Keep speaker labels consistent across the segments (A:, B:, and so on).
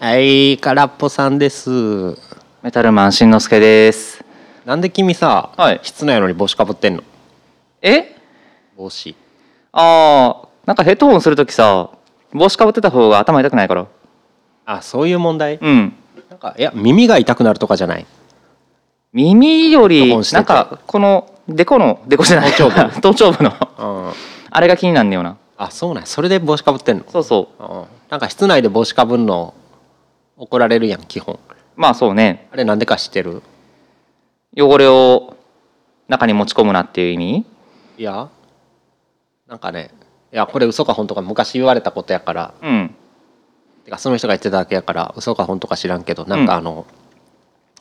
A: はい、空っぽさんです。
B: メタルマンしんのすけです。
A: なんで君さ、
B: はい
A: 室内なのに帽子かぶってんの
B: え？
A: 帽子。
B: ああ、なんかヘッドホンするときさ、帽子かぶってた方が頭痛くないから。
A: あ、そういう問題、
B: うん。
A: なんか、いや、耳が痛くなるとかじゃない。
B: 耳よ
A: ヘッ
B: り
A: ドホンして
B: なん
A: て
B: かこのデコのデコじゃない
A: 頭頂部
B: 頭頂部の
A: うん。
B: あれが気になんねよな。
A: あ、そうなんやそれで帽子かぶってんの
B: そうそ
A: うん。なんか室内で帽子かぶんの怒られるやん、基本。
B: う。まあそうね。
A: あれなんでか知ってる
B: 汚れを中に持ち込むなっていう意味？
A: いや、なんかね、いや、これ嘘か本当か昔言われたことやから、
B: うん。
A: てかその人が言ってただけやから嘘か本当か知らんけどなんかあの、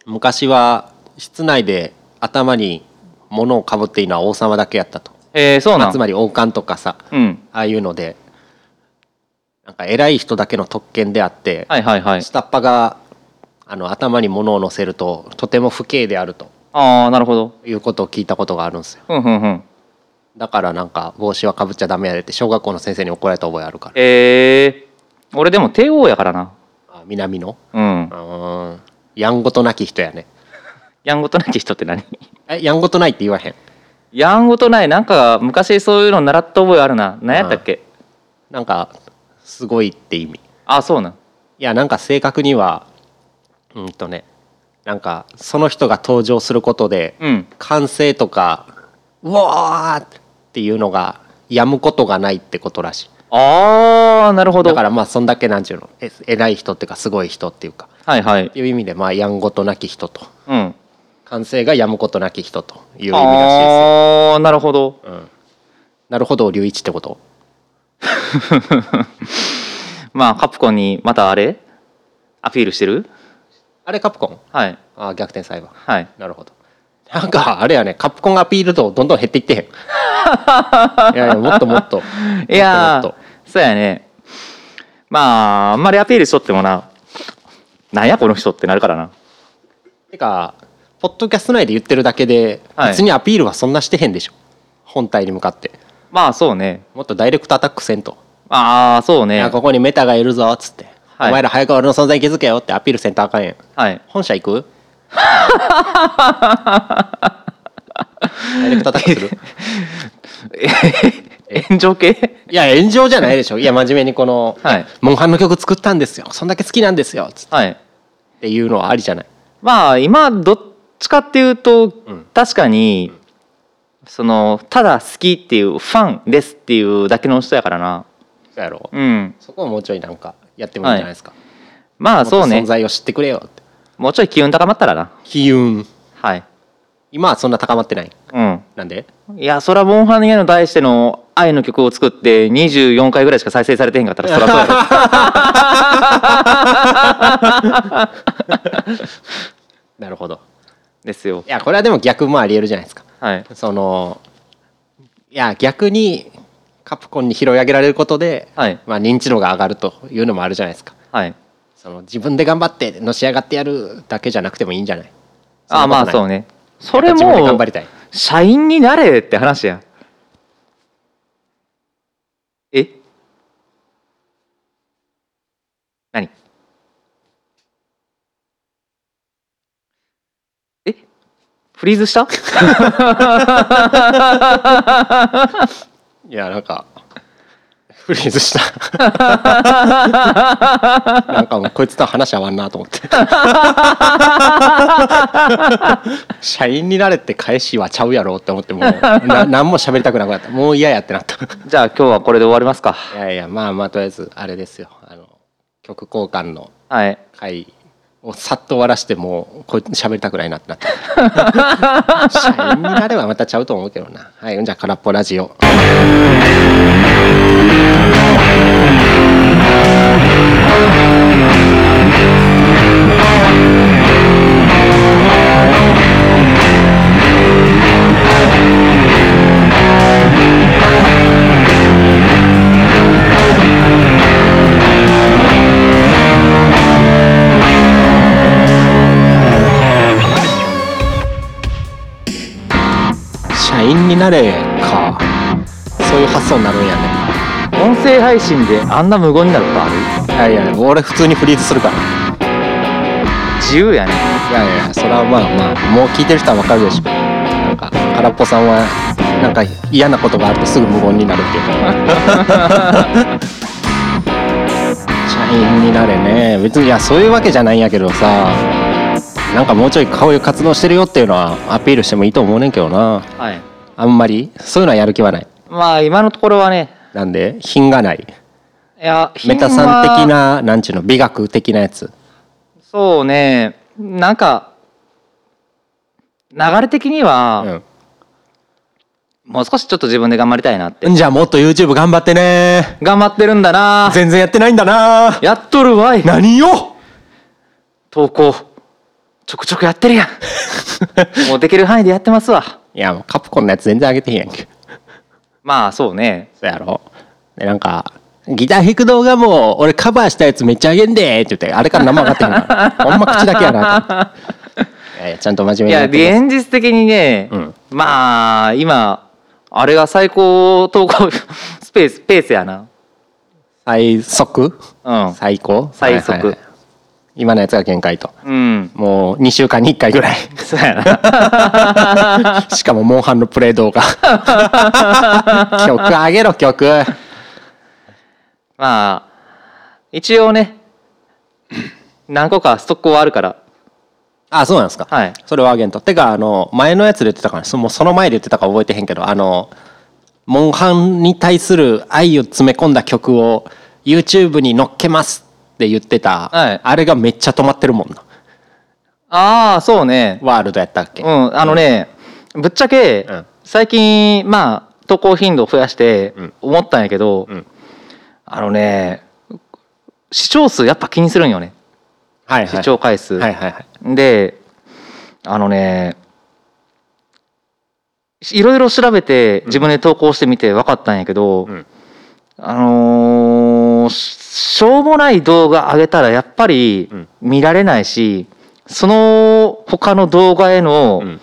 A: 昔は室内で頭に物をかぶっていいのは王様だけやったと、
B: えー、そう
A: ま
B: な
A: あつ
B: ん。
A: まり王冠とかさ
B: うん。
A: ああいうのでなんか偉い人だけの特権であって、
B: はいはいはい。
A: 下っ端があの頭に物を乗せるととても不敬であると
B: ああ、なるほど。
A: いうことを聞いたことがあるんですよ
B: ふんふんふん。
A: だからなんか帽子はかぶっちゃダメやでって小学校の先生に怒られた覚えあるから
B: えー、俺でも帝王やからな。
A: あ南の
B: うん
A: う。ーんやんごとなき人やね
B: やんごとなき人って何？
A: えやんごとないって言わへん
B: やんごとないなんか昔そういうの習った覚えあるな何やったっけ、
A: なんかすごいって意味い
B: あそうなん
A: やなんか正確にはうんとねなんかその人が登場することで
B: うん
A: 歓声とかうわーっていうのがやむことがないってことらしい
B: ああなるほ
A: だ
B: ど
A: からまあそんだけなんちゅうのえ偉い人っていうかすごい人っていうか
B: はいはい
A: っていう意味でまあやんごとなき人と
B: うんあ
A: 歓声がやむことなき人という意味らし
B: あーなるほど
A: いです、うん、なるほど龍一ってこと
B: まあカプコンにまたあれアピールしてる
A: あれカプコン
B: はい
A: あー逆転裁判
B: はい
A: なるほど。なんかあれやね、カプコンアピールとどんどん減ってい ってへん。いやいや、もっともっと。
B: いや
A: もっ
B: ー
A: と
B: そうやねまああんまりアピールしとってもななんやこの人ってなるからな
A: てか、ポッドキャスト内で言ってるだけで、
B: はい
A: 別にアピールはそんなしてへんでしょ。本体に向かって。
B: まあそうね
A: もっとダイレクトアタックせんと。
B: ああそう
A: い
B: ね
A: や、ここにメタがいるぞ、っつって。
B: はい
A: お前ら早く俺の存在気づけよってアピールせんとあかんやん。
B: はい
A: 本社行 くダイレクトアタックする
B: 炎上系
A: いや炎上じゃないでしょいや真面目にこの
B: はい
A: モンハンの曲作ったんですよそんだけ好きなんですよつっ
B: はい
A: ていうのはありじゃない
B: まあ今どっちかっていうと
A: ん
B: 確かにそのただ好きっていうファンですっていうだけの人やからな
A: そうやろ
B: うん
A: そこをもうちょいなんかやってもいいんじゃないですか、
B: まあそう
A: もっと
B: ね
A: 存在を知ってくれよって
B: もうちょい機運高まったらな
A: 機運
B: はい
A: 今はそんな高まってない
B: うん
A: なんで
B: いやそらモンハンへの題しての愛の曲を作って24回ぐらいしか再生されてへんかったらそらそうや ろ
A: なるほど
B: ですよ
A: いやこれはでも逆もありえるじゃないですか
B: はい
A: そのいや逆にカプコンに拾い上げられることで、
B: はい
A: まあ、認知度が上がるというのもあるじゃないですか
B: はい
A: その自分で頑張ってのし上がってやるだけじゃなくてもいいんじゃない
B: あまあそう
A: ね
B: ねそれ
A: 自分で頑
B: も
A: 張りたい
B: 社員になれって話やえ何えフリーズした
A: いやなんかフリーズしたなんかもうこいつとは話合わんなと思って社員になれって返しはちゃうやろって思ってもうな何も喋りたくなくなったもう嫌やってなったい
B: じゃあ今日はこれで終わりますか
A: やいやまあまあとりあえずあれですよあの曲交換の
B: はい
A: 回をさっと終わらしてもうこいつ喋りたくないなってなった社員になればまたちゃうと思うけどなはいじゃあ空っぽラジオ社員になれかそういう発想になるんやね
B: 音声配信であんな無言になることある
A: いやいや俺普通にフリーズするから
B: 自由やね
A: いやいやいやそれはまあまあもう聞いてる人はわかるでしょなんか空っぽさんはなんか嫌なことがあるとすぐ無言になるっていうか社員になれね別にいやそういうわけじゃないんやけどさなんかもうちょいこういう活動してるよっていうのはアピールしてもいいと思うねんけどな
B: はい
A: あんまりそういうのはやる気はない
B: まあ今のところはね
A: なんで品がない
B: いや
A: メタさん的
B: 品は
A: ななんちゅうの美学的なやつ
B: そうねなんか流れ的には、もう少しちょっと自分で頑張りたいなって
A: うん、じゃあもっと YouTube 頑張ってね
B: 頑張ってるんだな
A: 全然やってないんだ な
B: やっとるわい
A: 何よ
B: 投稿ちょくちょくやって るやんもうできる範囲でやってますわ
A: いやもうカプコンのやつ全然上げてへんやんけ
B: まあそうね
A: そうやろでなんかギター弾く動画も俺カバーしたやつめっちゃ上げんでって言ってあれから生上がってへんから ほんま口だけやなと思 っていやいやちゃんと真面
B: い
A: 目に
B: や
A: ってます
B: 現実的にね、
A: うん
B: まあ今あれが最高投稿スペースペースやな
A: 最速
B: うん
A: 最高
B: 最速
A: はいはいはい今のやつが限界と
B: うん
A: もう2週間に1回ぐらい
B: そうやな
A: しかもモンハンのプレイ動 画曲上げろ曲
B: まあ一応ね何個かストックはあるから
A: あそうなんですか
B: はい
A: それはあげんとてかあの前のやつで言ってたからそもうその前で言ってたか覚えてへんけどあのモンハンに対する愛を詰め込んだ曲を YouTube に載っけますって言ってた、
B: はい
A: あれがめっちゃ止まってるもんな
B: ああそうね
A: ワールドやったっけ、
B: うんあのねぶっちゃけ、
A: うん
B: 最近まあ投稿頻度を増やして
A: ん
B: 思ったんやけど、
A: うん
B: あのね視聴数やっぱ気にするんよね
A: はいは
B: 視
A: い
B: 聴回数、
A: はいはいはい
B: であのねいろいろ調べて自分で投稿してみて分かったんやけど、
A: うん
B: あのーししょうもない動画上げたらやっぱり
A: うん
B: 見られないし、その他の動画へ
A: う
B: の
A: ん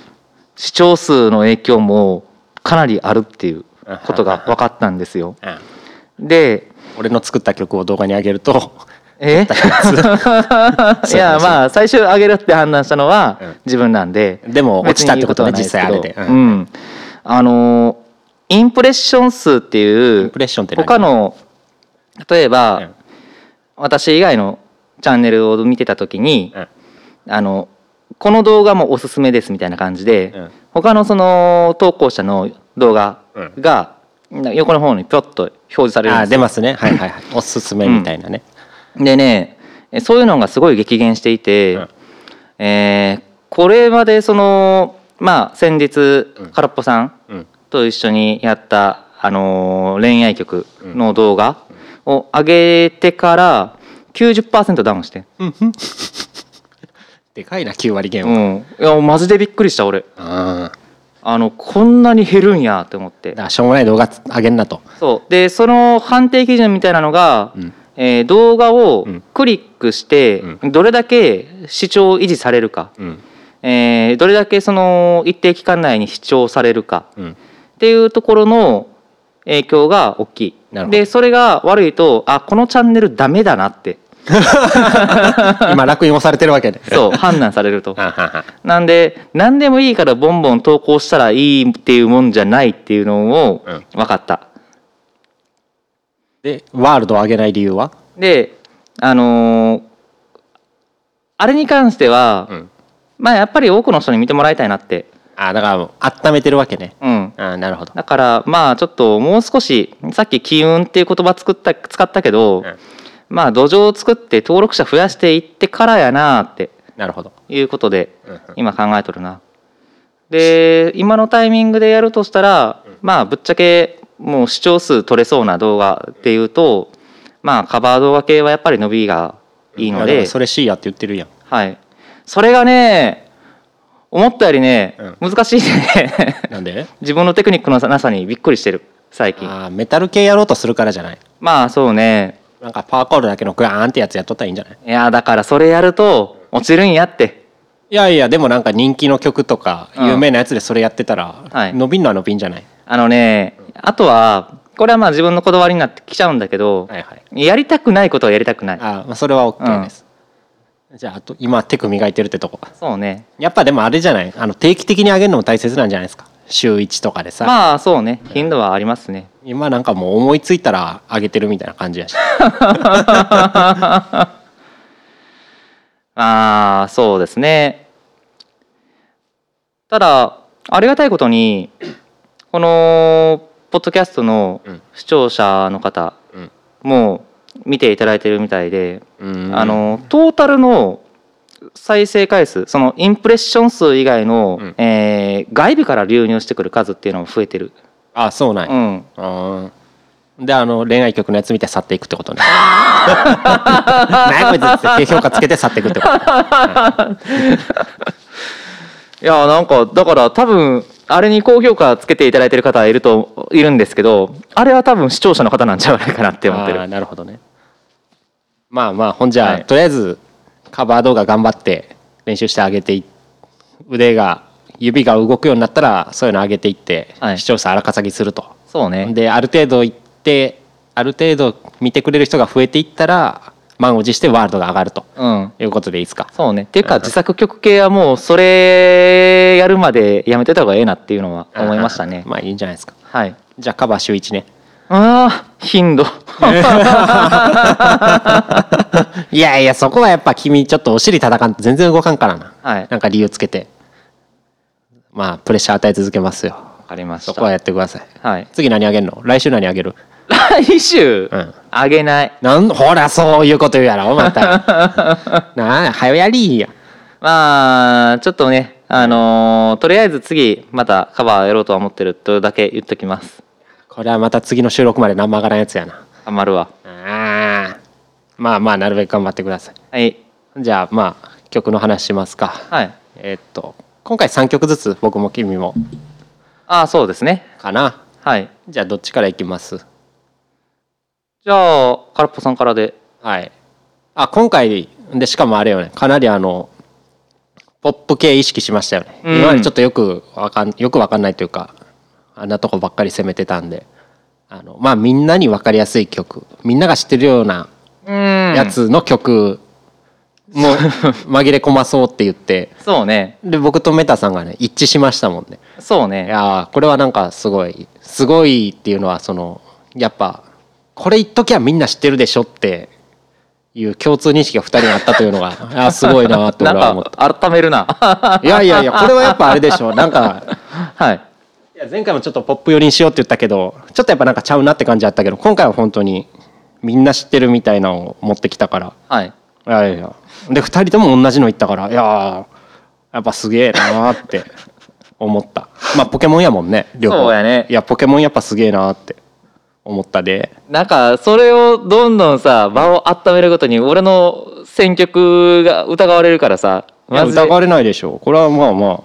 B: 視聴数の影響もかなりあるっ ていうことが分かったんですよ。
A: うん
B: で
A: 俺の作った曲を動画に上げる と
B: え いやまあ最終上げるって判断したのは
A: うん
B: 自分なんで、
A: でも落ちたってことはね
B: 別
A: 実際
B: に
A: あ
B: 言う
A: れ
B: こ
A: で、うん
B: とはないですけどうんあのーインプレッション数ってい
A: イン
B: う
A: プレッションって何
B: 他の例えば、
A: うん
B: 私以外のチャンネルを見てた時に、
A: うん
B: あのこの動画もおすすめですみたいな感じで、
A: うん
B: 他のその投稿者の動画
A: うん
B: がな横の方にぴょっと表示されるん
A: あ
B: ですよ
A: 出ますねはいはいはいおすすめみたいなね、
B: でねえそういうのがすごい激減していて、
A: うん
B: えーこれまでそのまあ先日
A: うん
B: 空っぽさん
A: うん
B: と一緒にやった、あのー恋愛曲の動画を上げてから90%ダウンして、
A: でかいな9割減
B: う
A: は、
B: ん、いやマジでびっくりした俺
A: あ
B: あのこんなに減るんやって思って
A: だからしょうもない動画上げんなと
B: そうでその判定基準みたいなのが、
A: うん
B: えー動画を
A: うん
B: クリックして、
A: う
B: どれだけ視聴を維持されるか、
A: うん
B: えーどれだけその一定期間内に視聴されるか
A: うん
B: っていうところの影響が大きい
A: なるほど
B: でそれが悪いとあこのチャンネルダメだなって
A: 今楽印をされてるわ けで
B: そう判断されると
A: はんはんはん
B: なんで何でもいいからボンボン投稿したらいいっていうもんじゃないっていうのを
A: うん
B: 分かった、
A: でワールドを上げない理由は、
B: であのーあれに関しては、まあやっぱり多くの人に見てもらいたいなって
A: あだから温めてるわけね
B: うん
A: あなるほど
B: だからまあちょっともう少しさっき「機運」っていう言葉作った使ったけど、
A: うん
B: まあ土壌を作って登録者増やしていってからやなって
A: なるほど
B: いうことで
A: うんうん
B: 今考えとるな。で今のタイミングでやるとしたらまあぶっちゃけもう視聴数取れそうな動画っていうとまあカバー動画系はやっぱり伸びがいいの
A: やだか
B: で
A: らそれ C やって言ってるやん
B: はい、それがね思ったよりね
A: う
B: 難しいね。
A: なんで
B: 自分のテクニックのなさにびっくりしてる最近
A: あメタル系やろうとするからじゃない
B: まあそうね
A: なんかパワーコールだけのグワーンってやつやっとったらいいんじゃない
B: いやだからそれやると落ちるんやって
A: いやいやでもなんか人気の曲とか
B: うん
A: 有名なやつでそれやってたら、
B: はい
A: 伸びんのは伸びんじゃない
B: あのねあとはこれはまあ自分のこだわりになってきちゃうんだけど、
A: はいはい
B: やりたくないことはやりたくない
A: あまあそれは OK です、じゃああと今手首磨いてるってとこ
B: そうね
A: やっぱでもあれじゃないあの定期的に上げるのも大切なんじゃないですか週1とかでさ、
B: まあそうね頻度はありますね
A: 今なんかもう思いついたら上げてるみたいな感じやし
B: ああそうですねただありがたいことにこのポッドキャストの
A: うん
B: 視聴者の方
A: うん
B: も見ていただいてるみたいで、
A: うん
B: あのトータルの再生回数そのインプレッション数以外の、
A: うん
B: えー外部から流入してくる数っていうのも増えてる、
A: あそうなんや、
B: うん、
A: あーであの恋愛曲のやつ見て去っていくって ことね何やこいつって低評価つけて去っていくってこと
B: いやなんかだから多分あれに高評価つけていただいてる方いるといるんですけどあれは多分視聴者の方なんじゃないかなって思って
A: あー
B: る
A: なるほどねまあまあほんじゃ、
B: はい
A: とりあえずカバー動画頑張って練習してあげてい腕が指が動くようになったらそういうの上げていって、
B: はい
A: 視聴者荒稼ぎすると
B: そうね
A: である程度いってある程度見てくれる人が増えていったら満を持してワールドが上がると
B: うん
A: いうことでいいですか
B: そうねっていうか自作曲系はもうそれやるまでやめてた方がええなっていうのは思いましたね
A: あーまあいいんじゃないですか
B: はい
A: じゃあカバー週1ね
B: あー 頻度
A: いやいやそこはやっぱ君ちょっとお尻叩かんと全然動かんからな、
B: はい
A: なんか理由つけてまあプレッシャー与え続けますよ
B: わかりまし
A: そこは
B: た
A: やってください
B: はい
A: 次何あげんの来週何あげる
B: 来週
A: うん
B: あげない
A: なんほらそういうこと言うやろまた なあ早やりや
B: まあちょっとねあのーとりあえず次またカバーやろうとは思ってるとだけ言っときます
A: これはまた次の収録まで何も上がらんやつやな
B: 頑張るわ
A: ああまあまあなるべく頑張ってくださ
B: はい
A: いじゃあまあ曲の話しますか
B: はい
A: えーっと今回3曲ずつ僕も君も
B: ああそうですね
A: かな
B: はい
A: じゃあどっちからいきます
B: じゃあ空っぽさんからで
A: はいあ今回でしかもあれよねかなりあのポップ系意識しましたよね、
B: うん
A: 今までちょっとよくわかんよくわかんないというかあんなとこばっかり攻めてたんであのまあみんなに分かりやすい曲みんなが知ってるような
B: うんや
A: やつの曲も紛れ込まそうって言って
B: そうね
A: で僕とメタさんがね一致しましたもんね
B: そう
A: い
B: ね
A: やーこれはなんかすごいすごいっていうのはそのやっぱこれ言っときゃみんな知ってるでしょっていう共通認識が2人にあったというのがあーすごいなーって
B: な
A: 俺は思
B: ん
A: った
B: か改め るな
A: いやいやいやこれはやっぱあれでしょなんか
B: はい
A: いや前回もちょっとポップ寄りにしようって言ったけどちょっとやっぱなんかちゃうなって感じだったけど今回は本当にみんな知ってるみたいなのを持ってきたから
B: はい
A: いやいやいやで2人とも同じの言ったからいやーやっぱすげえなーって思ったまあポケモンやもんね両方
B: そうやね
A: いやポケモンやっぱすげえなーって思ったで
B: なんかそれをどんどんさ場を温めるごとに俺の選曲が疑われるからさ
A: いや
B: マジで
A: 疑われないでしょこれはまあまあ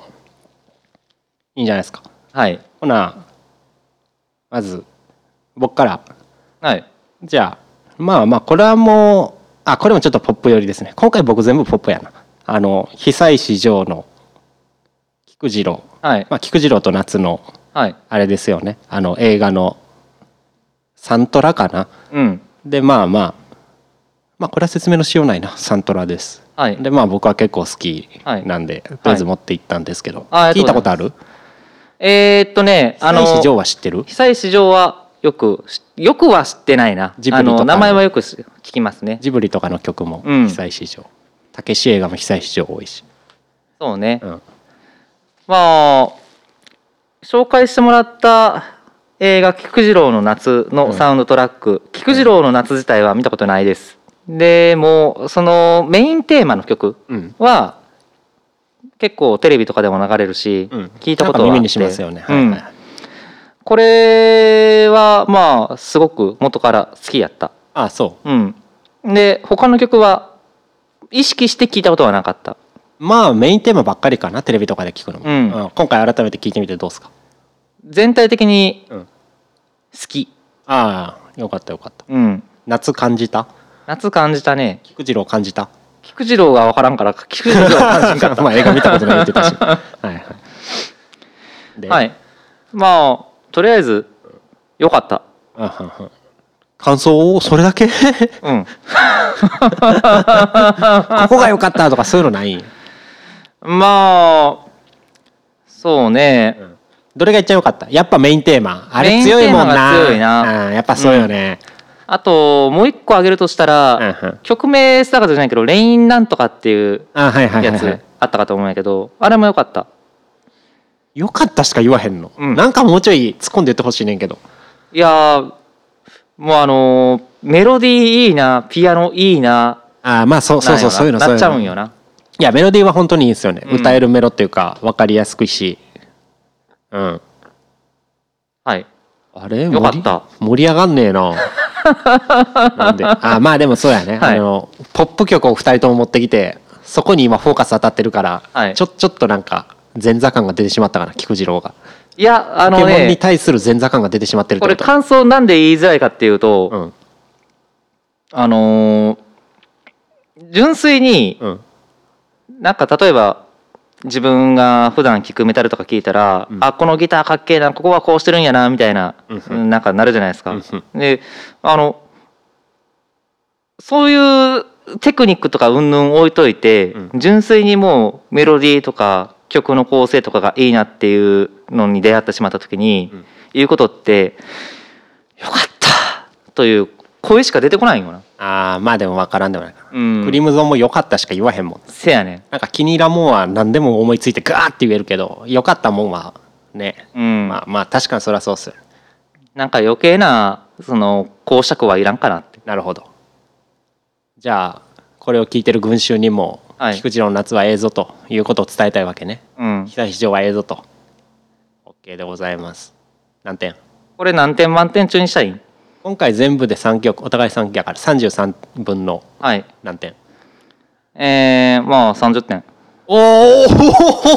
A: いいんじゃないですか
B: はい
A: ほなまず僕から
B: はい
A: じゃあまあまあこれはもうあこれもちょっとポップ寄りですね今回僕全部ポップやなあの久石譲の菊次郎
B: はい
A: まあ菊次郎と夏の
B: はい
A: あれですよねあの映画のサントラかな
B: うん
A: でまあまあまあこれは説明のしようないなサントラです
B: はい
A: でまあ僕は結構好きなんで、とりあえず持って行ったんですけど、
B: あり
A: 聞い
B: が
A: た
B: とう
A: こ
B: ご
A: と
B: ざ
A: あ
B: い
A: る
B: えー、っとねあ
A: あの
B: の
A: 久石譲は知ってる
B: 久石譲はよくしよくは知ってないな
A: ジブ
B: あ
A: リとか
B: の
A: の
B: 名前はよくし聞きますね
A: ジブリとかの曲も
B: うん
A: 久石譲たけし映画も久石譲多いし、
B: そうね、
A: うん、
B: まあ紹介してもらった映画「菊次郎の夏」のサウンドトラック「菊次郎の夏」自体は見たことないですでもそのメインテーマの曲
A: うん
B: は結構テレビとかでも流れるし、
A: うん
B: 聞いたことはあ
A: な
B: っ
A: んか耳
B: て
A: にしますよね、
B: うん
A: はいはい
B: これはまあすごく元から好きやった
A: あそ
B: うんで他の曲は意識して聞いたことはなかった
A: うまあメインテーマばっかりかなテレビとかで聞くのも、
B: うん
A: 今回改めて聞いてみてどうですか、
B: 全体的に
A: うん、
B: 好き
A: ああよかったよかった
B: うん
A: 夏感じた
B: 夏感じたね
A: 菊次郎感じた
B: 菊次郎が分からんから菊次郎は感じんかっ
A: まあ映画見たことないって言 ってたしはいはいで、
B: たはいまあとりあえずよかった
A: あはんはん感想をそれだ けこ
B: うん
A: こが良かったとかそういうのない
B: まあそうね、
A: どれが一番良かったやっぱメインテーマあれ強いもんな
B: メインテーマが強いな
A: うんやっぱそうよね、
B: あともう一個挙げるとしたら、
A: うんうん
B: 曲名定かじゃないけど「レインなんとか」っていう
A: あはいはい
B: や
A: はい、は
B: つ
A: い、
B: あったかと思うんやけどあれもよかった
A: 良かったしか言わへんの、
B: うん
A: なんかもうちょい突っ込んで言ってほしいねんけど
B: いやーもうあのーメロディーいいなピアノいいな
A: あーまあそうそうそうそういうの
B: な
A: そ
B: ん
A: う
B: やろななっちゃう
A: い
B: ん
A: うの
B: よない
A: やメロディーは本当にいいですよね、
B: うん
A: 歌えるメロっていうか分かりやすくしうん
B: はい
A: あれ
B: よかった
A: 盛り盛り上がんねえな なんであまあでもそうやね、
B: はい
A: あのポップ曲を2人とも持ってきてそこに今フォーカス当たってるから、
B: はい
A: ちょちょっとなんか前座感が出てしまったかな菊次郎が
B: いやあ
A: ポケ
B: の
A: モンに
B: ね
A: 対する前座感が出てしまってるっ
B: こ
A: て
B: れ
A: こと
B: 感想なんで言いづらいかっていうと、
A: うん
B: あのー純粋に
A: うん
B: なんか例えば自分が普段聴くメタルとか聴いたら、
A: うん
B: あこのギターかっけえなここはこうしてるんやなみたいな、
A: うん
B: なんかなるじゃないですか。
A: うん
B: であのそういうテクニックとか云々置いといて、
A: う
B: 純粋にもうメロディーとか曲の構成とかがいいなっていうのに出会ってしまった時に、
A: うん
B: 言うことって「よかった!」という声しか出てこないよな。
A: あーまあでも分からんでもないかな、
B: うん
A: クリムゾンも良かったしか言わへんもん
B: せやね
A: なんか気に入らんもんは何でも思いついてガーって言えるけど良かったもんはね、
B: ん。うん
A: まあまあ確かにそりゃそうっすよ
B: なんか余計なその講釈はいらんかなって
A: なるほどじゃあこれを聞いてる群衆にも、
B: はい
A: 菊次郎の夏はええぞということを伝えたいわけね
B: うん
A: 久非常はええぞと OK でございます何点
B: これ何点満点中にしたい
A: 今回全部で3曲お互い3曲やから33分の
B: はい
A: 何点
B: えー、まあ30点
A: おお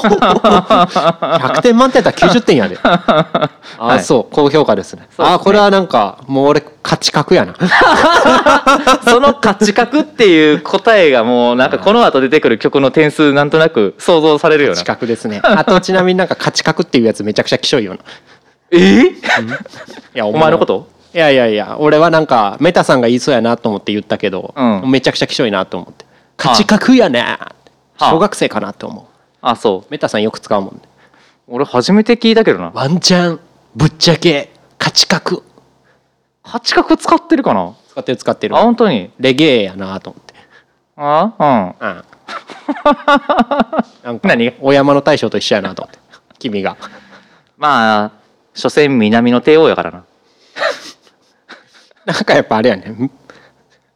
A: 100点満点だったら90点やであー、
B: はい
A: そう高評価ですね
B: そうですね
A: ああーこれはなんかもう俺価値格やな
B: そ の価値格っていう答えがもうなんかこの後出てくる曲の点数なんとなく想像されるよう
A: 価
B: な
A: 値格ですねあとちなみになんか価値格っていうやつめちゃくちゃ希少いよな
B: ええ
A: いや
B: お前のこと
A: いやいやいや俺はなんかメタさんが言いそうやなと思って言ったけど、
B: うん
A: めちゃくちゃきしょいなと思って価値格やね
B: あ
A: 小学生かなと思う
B: あそう
A: メタさんよく使うもんね
B: 俺初めて聞いたけどな
A: ワンチャンぶっちゃけ価値格
B: 価値格使ってるかな
A: 使ってる使ってる
B: あ本当に
A: レゲエやなと思って
B: あ
A: うんな んか
B: 何が
A: お山の大将と一緒やなと思って君が
B: うんまあ所詮南の帝王やから な
A: なんかやっぱあれやねん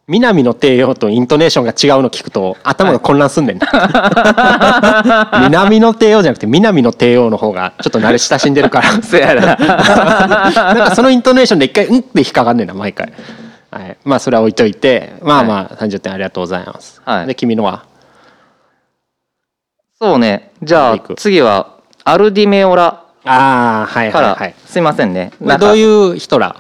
A: 南の帝王とイントネーションが違うの聞くと頭が混乱すんねんな、 南の帝王じゃなくて南の帝王の方がちょっと慣れ親しんでるから
B: そやな
A: なんかそのイントネーションで一回「うん」って引っかかんねんな毎回、はい、まあそれは置いといてまあまあ30点ありがとうございます、
B: はい
A: で君のは
B: そうねじゃあ次はアルディメオラ
A: ああはい
B: か
A: はい
B: ら、
A: はい
B: すいませんね
A: これ
B: なんか
A: どういう人ら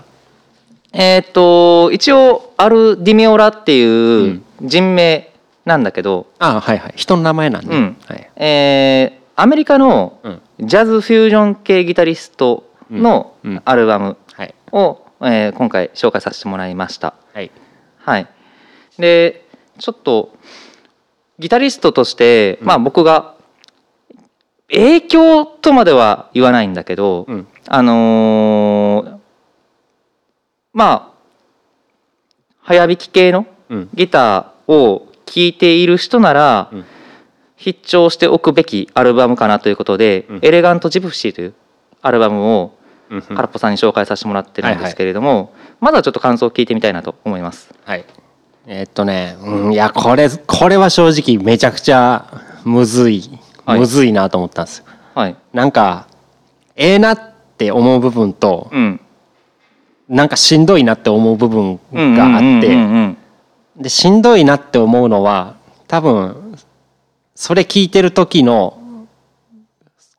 B: えーっと一応アルディメオラっていう人名なんだけど、
A: ああはいはい人の名前なんで、
B: うん
A: はい
B: えーアメリカの
A: うん
B: ジャズフュージョン系ギタリストの
A: うんうん
B: アルバム
A: はい
B: を、えー今回紹介させてもらいました。
A: はい
B: はい、でちょっとギタリストとして、まあ、僕が影響とまでは言わないんだけど、
A: うん
B: あのーまあ早弾き系の
A: うん
B: ギターを聴いている人なら、
A: うん
B: 必聴しておくべきアルバムかなということで「
A: うん
B: エレガント・ジプシー」というアルバムを
A: うん
B: 空っぽさんに紹介させてもらってるんですけれども、まずはちょっと感想を聞いてみたいなと思います。
A: はい。えーっとね、うん、いや、これ、これは正直めちゃくちゃむずい、
B: はい
A: むずいなと思ったんですよ。
B: はい、
A: なんか、ええなって思う部分と、
B: うん
A: なんかしんどいなって思う部分があって、
B: うんうんうん
A: で、しんどいなって思うのは、多分、それ聞いてる時の、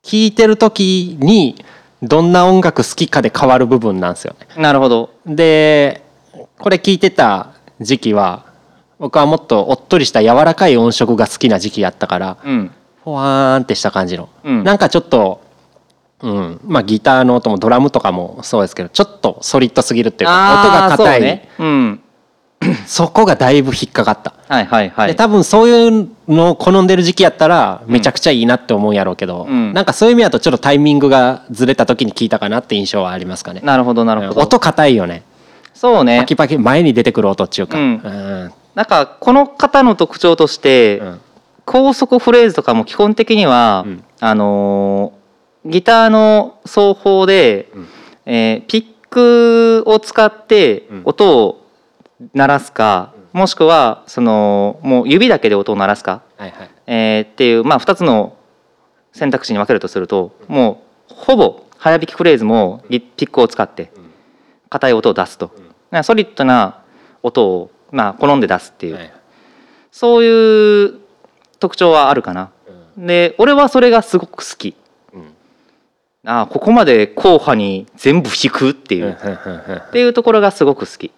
A: 聞いてる時に、どんな音楽好きかで変わる部分なんですよね。
B: うんなるほど。
A: でこれ聞いてた時期は僕はもっとおっとりした柔らかい音色が好きな時期やったから
B: うん
A: ほわーんってした感じの、
B: うん
A: なんかちょっとうん、まあギターの音もドラムとかもそうですけどちょっとソリッドすぎるっていうか音
B: あ
A: が
B: ーそう
A: 硬いそ,、
B: ねうん
A: こがだいぶ引っかかった、
B: はいはいは
A: で
B: い
A: 多分そういうのを好んでる時期やったらめちゃくちゃいいなって思うんやろうけど、
B: うん
A: なんかそういう意味だとちょっとタイミングがずれた時に聞いたかなって印象はありますかね
B: なるほどなるほど
A: 音硬いよね
B: そう
A: パ
B: ね
A: キパキ前に出てくる音っていうか、
B: うん
A: うん
B: なんかこの方の特徴として、
A: うん
B: 高速フレーズとかも基本的には、
A: うん
B: あのーギターの奏法で、
A: うん
B: えーピックを使って
A: うん
B: 音を鳴らすか、もしくはそのもう指だけで音を鳴らすか、
A: はいはい
B: えーっていう、まあ、2つの選択肢に分けるとするともうほぼ早弾きフレーズもギピックを使って
A: うん
B: 硬い音を出すと、だからソリッドな音を、まあ、好んで出すっていう、
A: はい
B: そういう特徴はあるかな。で俺はそれがすごく好き
A: うんうん
B: ああここまで硬派に全部弾くっていう、
A: うんうんうん
B: っ
A: うん
B: ていうところがすごく好き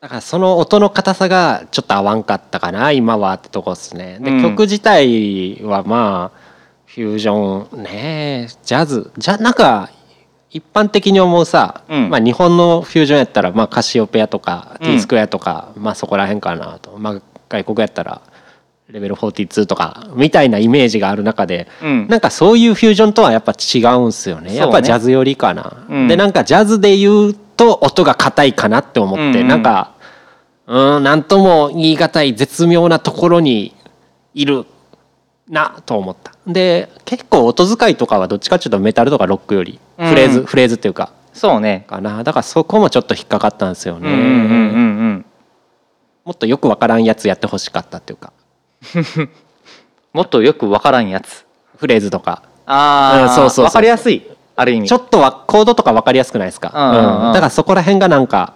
A: だからその音の硬さがちょっと合わんかったかな今はってとこですねで、
B: うん
A: 曲自体はまあフュージョンねジャズじゃなんか一般的に思うさ、
B: うん
A: まあ、日本のフュージョンやったら、まあ、カシオペアとか
B: うん
A: T スクエアとか、まあそこら辺かなと、まあ、外国やったらレベル42とかみたいなイメージがある中で、
B: うん
A: なんかそういうフュージョンとはやっぱ違うんすよね
B: そうね
A: やっぱジャズ寄りかな、
B: うん
A: でなんかジャズで言うと音が硬いかなって思って、
B: うんうん
A: なんかうんなんとも言い難い絶妙なところにいるなと思ったで結構音遣いとかはどっちかっていうとメタルとかロックより
B: うん
A: フレーズ、フレーズっていうか
B: そうね
A: かなだからそこもちょっと引っかかったんですよ
B: うん
A: ね、
B: うんうんうん
A: もっとよくわからんやつやってほしかったっていうか
B: もっとよくわからんやつ
A: フレーズとか
B: ああ、
A: うんそうそうそう
B: わかりやすいある意味
A: ちょっとはコードとか分かりやすくないですか、
B: うんうんうん
A: だからそこら辺がなんか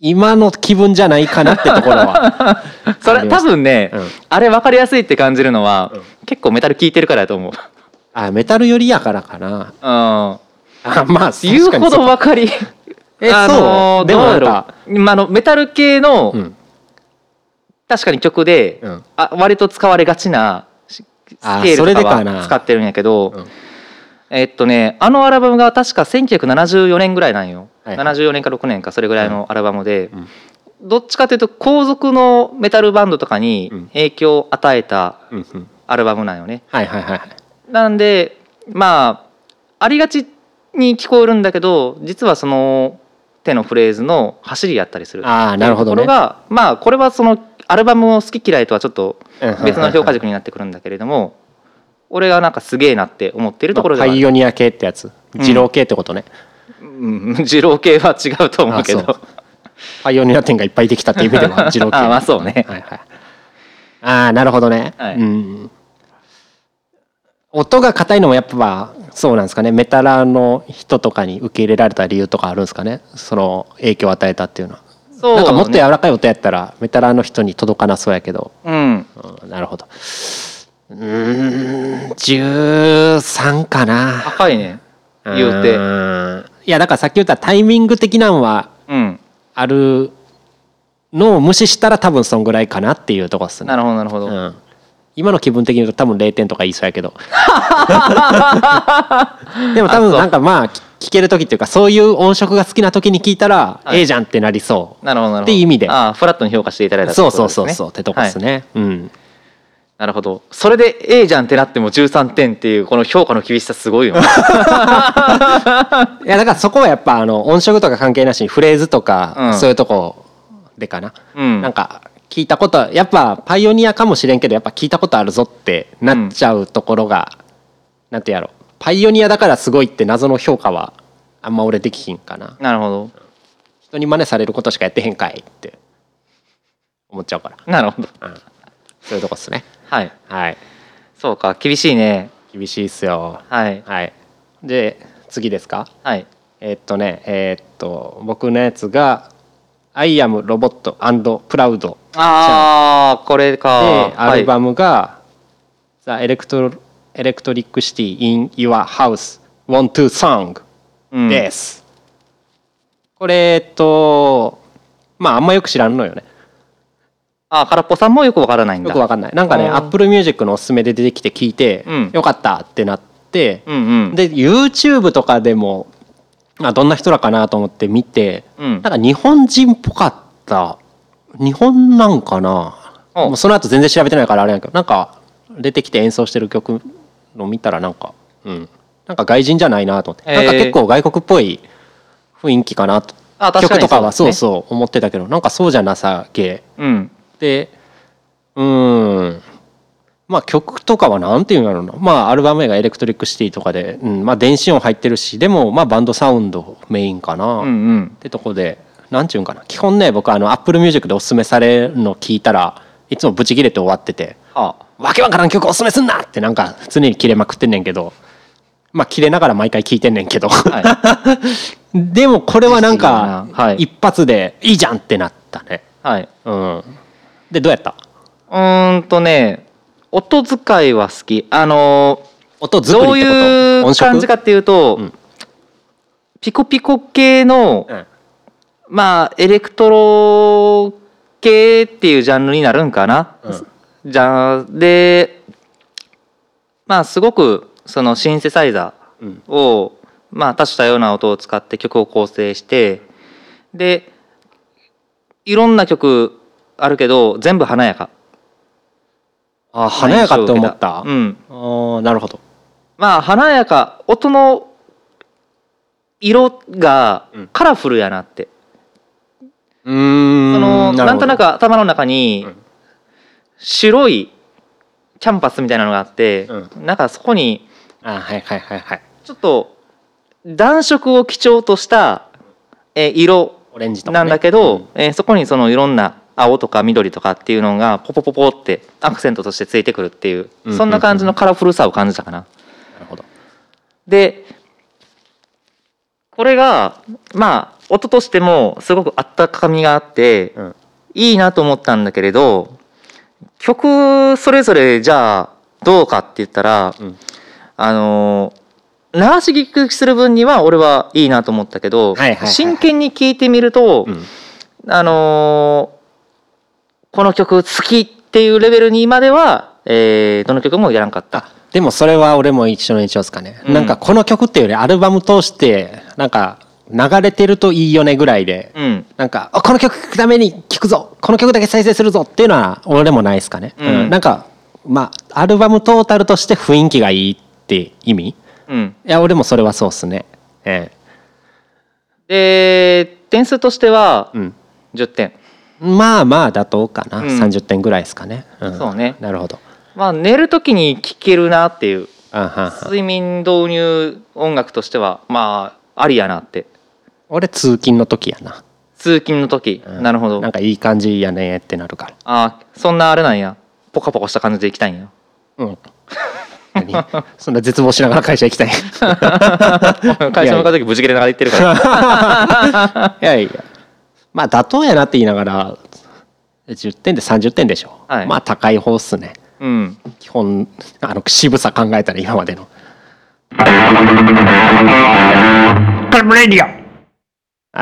A: 今の気分じゃないかなってところ は
B: それ多分ね、
A: うん
B: あれわかりやすいって感じるのは、結構メタル効いてるからだと思う、う、
A: あメタル寄りやからかなん あまあ
B: 言う
A: 確かに
B: ほど
A: そう
B: わかり
A: えそうでもなんか
B: うまああのメタル系の、
A: うん
B: 確かに曲で、
A: うん
B: あ割と使われがちなしスケ
A: あ
B: ール
A: それで
B: とか
A: かな
B: は使ってるんやけど、
A: うん
B: えっとねあのアルバムが確か1974年ぐらいなんよ、
A: はい
B: 74年か6年かそれぐらいのアルバムで、
A: うん
B: どっちかというと後続のメタルバンドとか
A: う
B: に
A: ん
B: 影響を与えた
A: うんうん
B: アルバムなんよね。
A: はいはいはい
B: なんでまあありがちに聞こえるんだけど実はその手のフレーズの走りやったりする
A: ああなるほど
B: とこ
A: ね
B: ろが、まあこれはそのアルバムを好き嫌いとはちょっと別の評価軸になってくるんだけれども俺がなんかすげえなって思ってるところで
A: ま
B: は
A: あ
B: あ
A: パイ
B: る、
A: オニア系ってやつ二郎系ってことね、
B: うん、二郎系は違うと思うけど
A: あそうパイオニア店がいっぱいできたっていう意味では二郎系
B: あまあそうね
A: はいはい、ああなるほどね、
B: はい
A: うん音が硬いのもやっぱそうなんですかねメタラーの人とかに受け入れられた理由とかあるんですかねその影響を与えたっていうのは、
B: そう
A: なんかもっと柔
B: ね
A: らかい音やったらメタラーの人に届かなそうやけど、
B: うん
A: うんなるほどうーん13かな
B: 高いね言うて
A: ーんいやだからさっき言ったタイミング的なんは
B: うん
A: あるのを無視したら多分そんぐらいかなっていうとこですね
B: なるほどなるほど、
A: うん、今の気分的に言うと多分0点とか言いそうや けどでも多分なんかまあき聞ける時っていうかそういう音色が好きな時に聞いたら、
B: はい
A: ええじゃんってなりそ
B: なるほどなるほど
A: っていう意味で
B: ああフラットに評価していただいうた
A: そうそうそうそう
B: っ
A: ってて
B: ことと
A: こ
B: で
A: ですす
B: ねはい
A: ね、うん
B: なるほどそれで A じゃんってなっても13点っていうこの評価の厳しさすごいよね
A: いやだからそこはやっぱあの音色とか関係なしにフレーズとか、
B: うん
A: そういうとこでかな、
B: うん
A: なんか聞いたことはやっぱパイオニアかもしれんけどやっぱ聞いたことあるぞってなっちゃうところが、なんてやろパイオニアだからすごいって謎の評価はあんま俺できひんかな
B: なるほど
A: 人に真似されることしかやってへんかいって思っちゃうから
B: なるほど
A: そういうとこっすね
B: はい
A: はい
B: そうか厳しいね
A: 厳しいっすよ
B: はい
A: はいで次ですか
B: はい
A: えっとねえっと僕のやつが「I am Robot and Proud」
B: ああこれか
A: でアル
B: ム
A: バムが「The Electro- Electric City in Your House One Two Song」です、これえっとまああんまよく知らんのよね
B: あ空っぽさんもよくわからないんだ
A: よくわかんないなんかね
B: あー
A: Apple Music のおすすめで出てきて聞いて、
B: うん
A: よかったってなっって、
B: うんうん
A: で YouTube とかでもあどんな人らかなと思って見て、
B: うん
A: なんか日本人っぽかった日本なんかな
B: お
A: もうその後全然調べてないからあれやけどなんか出てきて演奏してる曲の見たらなんかうんなんか外人じゃないなと思って、
B: えー
A: なんか結構外国っぽい雰囲気かなと
B: あ確か
A: 曲と
B: に
A: かはそ
B: そうで
A: う
B: す
A: そう思ってたけどなんかそうじゃなさげ
B: うん
A: でうーんまあ曲とかはなんていうんだろうなまあアルバム名が「エレクトリック・シティ」とかで、うんまあ、電子音入ってるしでもまあバンドサウンドメインかな、
B: うんう
A: っ
B: ん
A: てとこでなんちゅうんかな基本ね僕あの Apple Music でおすすめされるの聞いたらいつもブチ切れて終わってて
B: はあ
A: 「わけわからん曲おすすめすんな!」ってなんか常に切れまくってんねんけどまあ切れながら毎回聞いてんねんけど、
B: はい
A: でもこれはなんか
B: 不思議だなはい
A: 一発でいいじゃんってなったね
B: はい
A: うんでどうやった
B: うーんとね音遣いは好きあの
A: 音作りってこと
B: どういう
A: 音色
B: 感じかっていうと、
A: うん
B: ピコピコ系の、
A: うん
B: まあエレクトロ系っていうジャンルになるんかな、じゃあでまあすごくそのシンセサイザ
A: うん
B: ーを、まあ、多種多様な音を使って曲を構成してでいろんな曲あるけど全部華やか
A: あ華やかって思った、
B: うん、
A: ああなるほど
B: まあ華やか音の色が
A: うん
B: カラフルやなって、
A: うーん
B: その
A: るほど
B: なんとなく頭の中に
A: うん
B: 白いキャンパスみたいなのがあって、
A: う
B: なんかそこに
A: あはいはいはいはい
B: ちょっと暖色を基調としたえー色
A: オレンジとか、
B: な
A: ね、
B: んだけど、えーそこにそのいろんな青とか緑とかっていうのがポポポポってアクセントとしてついてくるっていう、
A: うん
B: そんな感じのカラフルさを感じたかな。
A: なるほど
B: でこれがまあ音としてもすごくあったかみがあって、
A: うん
B: いいなと思ったんだけれど曲それぞれじゃあどうかって言ったら、
A: うん
B: あの流し聞きする分には俺はいいなと思ったけど、
A: はいはいはい
B: 真剣に聞いてみると、
A: うん
B: あのーこの曲好きっていうレベルにまでは、えーどの曲もやらんかった。
A: あでもそれは俺も一緒の一緒ですかね、
B: うん
A: なんかこの曲っていうよりアルバム通してなんか流れてるといいよねぐらいで、
B: うん
A: なんかあこの曲聴くために聴くぞこの曲だけ再生するぞっていうのは俺でもないですかね、
B: うん
A: なんかまあアルバムトータルとして雰囲気がいいって意味い
B: うん
A: や俺もそれはそうっすねえ
B: で点数としては
A: えうん
B: 10点、
A: まあまあ妥当かな、
B: うん
A: 30点ぐらいですかね、うん
B: そうね
A: なるほど
B: まあ寝る時に聴けるなっていう
A: あはんはん
B: 睡眠導入音楽としてはまあありやなって
A: 俺通勤の時やな、
B: 通勤の時、
A: うん
B: なるほど
A: なんかいい感じやねってなるか
B: あーそんなあれなんやポカポカした感じでいきたいん や
A: らうん何 そんな絶望しながら会社 行きたい
B: 会社向かう時ブチ切れながら言ってるか
A: い
B: ら
A: やいやまあ妥当やなって言いながら10点で30点でしょ、
B: はい
A: まあ高い方っすね
B: うん
A: 基本あの渋さ考えたら今までのは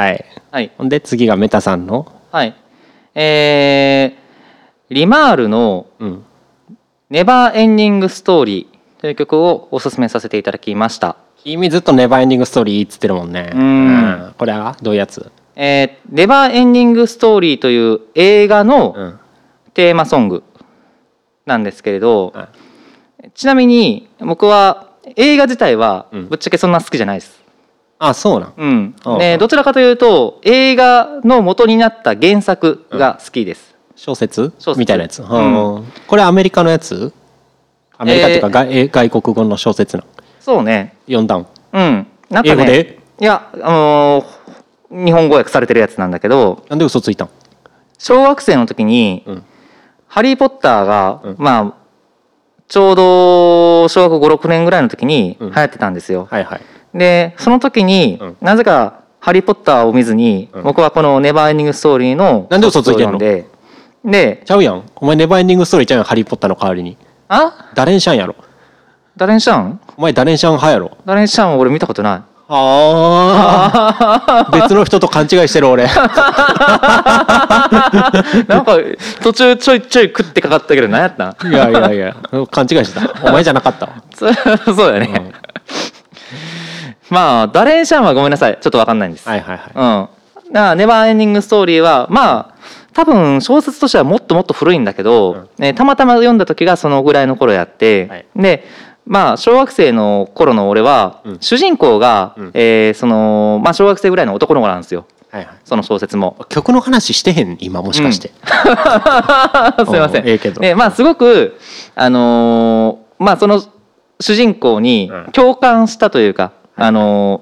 A: い
B: はい
A: ほんで次がメタさんの
B: はいえー、リマールの
A: うん
B: 「ネバーエンディングストーリー」という曲をおすすめさせていただきました
A: 君ずっとネバーエンディングストーリーいいっつってるもんね
B: うん
A: これはどういうやつ
B: えーネバーエンディングストーリー」という映画の、
A: ん
B: テーマソングなんですけれど、
A: は
B: ちなみに僕は映画自体は
A: うん
B: ぶっちゃけそんな好きじゃないです。
A: あそうなん
B: うん
A: ああ
B: ね、どちらかというと映画の元になった原作が好きです。
A: 小説
B: 小説
A: みたいなやつ、
B: うん
A: うんこれアメリカのやつアメリカっていうか、
B: えー
A: 外え外国語の小説な
B: そうね。
A: 読んだん
B: うん。なん
A: 英
B: か
A: 語
B: ね、
A: で
B: いや、あのー日本語訳されてるやつなんだけど、
A: なんで嘘ついたん
B: 小学生の時に
A: うん
B: ハリー・ポッターが、
A: うん
B: まあちょうど小学5、6年ぐらいの時に流
A: うん
B: 行ってたんですよ。
A: はいはい
B: でその時に、
A: うん
B: なぜか「ハリー・ポッター」を見ずに、
A: うん
B: 僕はこの「ネバーエンディング・ストーリー」の
A: なんで嘘ついてんの
B: 小説を読んでで
A: ちゃうやんお前ネバーエンディングストーリーちゃうやんハリー・ポッターの代わりに
B: 「あ
A: ダレンシャンやろ
B: 誰にしたん
A: お前ダレンシャン派やろ
B: 誰にしたん俺見たことない」
A: ああ 別の人と勘違いしてる俺
B: なんか途中ちょいちょい食ってかかったけど何やったん
A: いやいやいや勘違いしてたお前じゃなかったわ
B: そそうだね、まあダレンシャンはごめんなさいちょっとわかんないんです、
A: はいはいはい
B: うん、だからネバーエンディングストーリーはまあ多分小説としてはもっともっと古いんだけど、ねたまたま読んだ時がそのぐらいの頃やって、
A: はい
B: でまあ小学生の頃の俺は、
A: うん
B: 主人公が、
A: うん
B: えーそのまあ、小学生ぐらいの男の子なんですよ
A: はいはい
B: その小説も。
A: 曲の話してへん今もしかして、
B: すいません。
A: ええけど
B: ねまあすごくあのーまあその主人公に
A: うん
B: 共感したというか、あの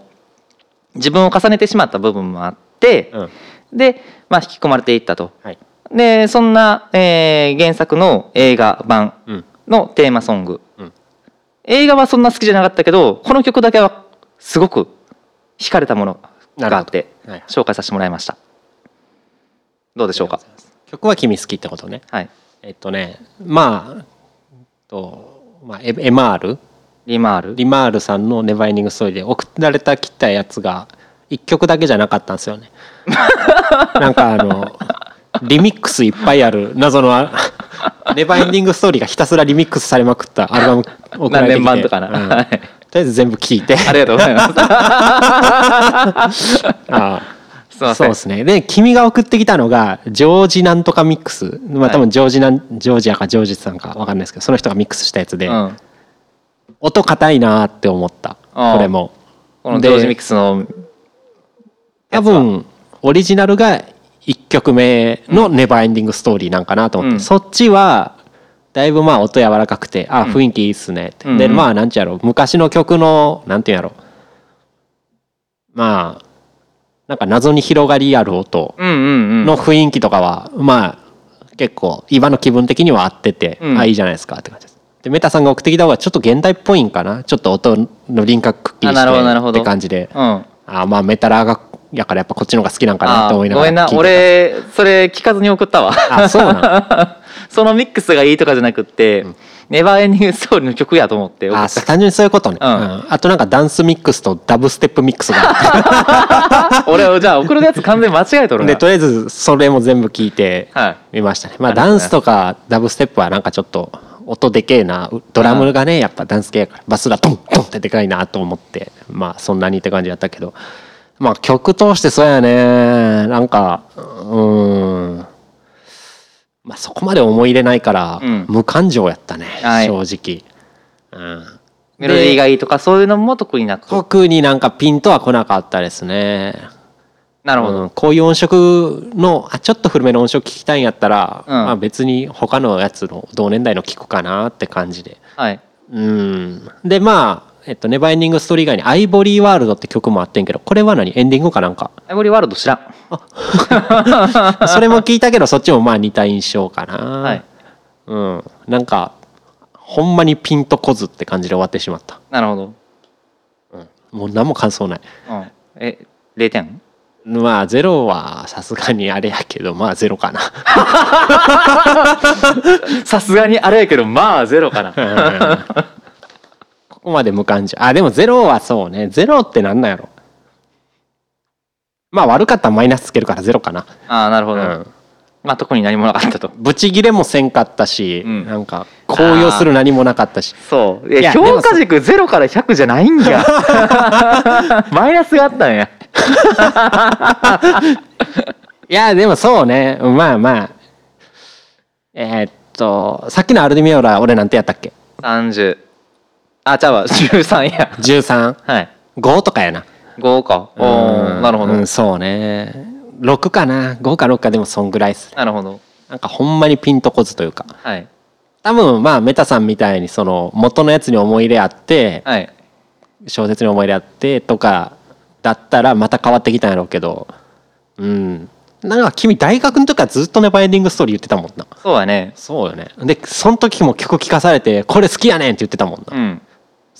B: ー自分を重ねてしまった部分もあって、
A: うん
B: で、まあ、引き込まれていったと。
A: はい
B: でそんな、えー原作の映画版
A: うん
B: のテーマソング、
A: うん
B: 映画はそんな好きじゃなかったけどこの曲だけはすごく惹かれたものがあって
A: なるほどはい
B: 紹介させてもらいましたどうでしょうか
A: 曲は君好きってことね
B: はい
A: えっとねまあと、まあ、エエマール
B: リマール
A: リマールさんの「ネバーエンディングストーリー」で送られたきたやつが1曲だけじゃなかったんですよ ねなんかあのリミックスいっぱいある謎のあネバーエンディングストーリーがひたすらリミックスされまくったアルバム送られてきて
B: 何年版とかな
A: うん
B: はい
A: とりあえず全部聞いて
B: ありがとうございま
A: あ
B: すすい
A: あそ
B: ませ
A: うんですねで君が送ってきたのがジョージなんとかミックスまあ多分ジョージなん、ジョージアかジョージさんか分かんないですけどその人がミックスしたやつで、
B: うん、
A: 音硬いなーって思った
B: ああ
A: これも
B: この
A: で
B: ジョージミックスの
A: 多分オリジナルが1曲目の「ネバーエンディングストーリー」なんかなと思って、
B: うん
A: そっちはだいぶまあ音柔らかくてあ雰囲気いいっすねって、
B: うん
A: で
B: うん
A: まあなんちゅうやろ昔の曲のなんていうんやろまあなんか謎に広がりある音
B: うんうんうん
A: の雰囲気とかは、まあ結構今の気分的には合ってて、
B: うん
A: あいいじゃないですかって感じです。でメタさんが送ってきた方がちょっと現代っぽいんかなちょっと音の輪郭くっきり
B: あなるほどな
A: し
B: る
A: て
B: ほ
A: っ
B: ど
A: て感じで
B: うん
A: あーまあメタラーがやからやっぱこっちの方が好きなんかなと思いながら
B: あーごめんな俺それ聞かずに送ったわ
A: 俺あそうなの
B: そのミックスがいいとかじゃなくって、ネバーエンディングストーリーの曲やと思って送
A: あ
B: った
A: ー単純にそういうことね、
B: う
A: うんんあとなんかダンスミックスとダブステップミックスが あっ
B: 俺をじゃあ送るやつ完全に間違えと
A: て
B: る
A: で
B: な
A: とりあえずそれも全部聞いて
B: はい
A: みましたね、まあ
B: なるほど
A: ダ
B: ね
A: ンスとかダブステップはなんかちょっと音でけえなドラムがねやっぱダンス系やからバスがトントンってでかいなと思ってまあそんなにって感じだったけどまあ曲通してそうやねなんかうーんまあそこまで思い入れないから、
B: うん
A: 無感情やったね、
B: はい
A: 正直、うん、
B: メロディーがいいとかそういうのも特になく
A: 特になんかピンとは来なかったですね
B: なるほど、
A: うんこういう音色のあちょっと古めの音色聞きたいんやったら、
B: うん
A: まあ、別に他のやつの同年代の聞くかなって感じで
B: はい
A: うんでまあ、えっと「ネバーエンディングストーリー」以外に「アイボリーワールド」って曲もあってんけどこれは何エンディングかなん か
B: アイボリーワールド知らん
A: それも聞いたけどそっちもまあ似た印象かな、
B: はい
A: うんなんかほんまにピンとこずって感じで終わってしまった
B: なるほど、
A: もう何も感想ない
B: うん、え0点
A: まあゼロはさすがにあれやけどまあゼロかな
B: さすがにあれやけどまあゼロかな
A: ここまで無感情あでもゼロはそうねゼロってなんなんやろまあ悪かったらマイナスつけるからゼロかな、
B: ああなるほど、
A: うん
B: まあ特に何もなかったと
A: ブチギレもせんかったし、
B: うん
A: なんか高揚する何もなかったし
B: そう
A: い
B: え
A: や
B: 評価軸ゼロから100じゃないんや マイナスがあったんや
A: いやでもそうねまあまあえーっとさっきのアルディミオラ俺なんてやったっけ
B: 30あちゃうわ13や
A: 135
B: はい
A: とかやな
B: 5かお
A: う
B: お
A: ん
B: なるほど、
A: うんそうね6かな5か6かでもそんぐらいっすね
B: なるほど
A: なんかほんまにピンとこずというか
B: はい
A: 多分まあメタさんみたいにその元のやつに思い入れあって
B: はい
A: 小説に思い入れあってとかだったらまた変わってきたんやろうけどうんなんか君大学の時からずっとねバインディングストーリー言ってたもんな
B: そうやね
A: そうよねでその時も曲聴かされて「これ好きやねん」って言ってたもんな
B: うん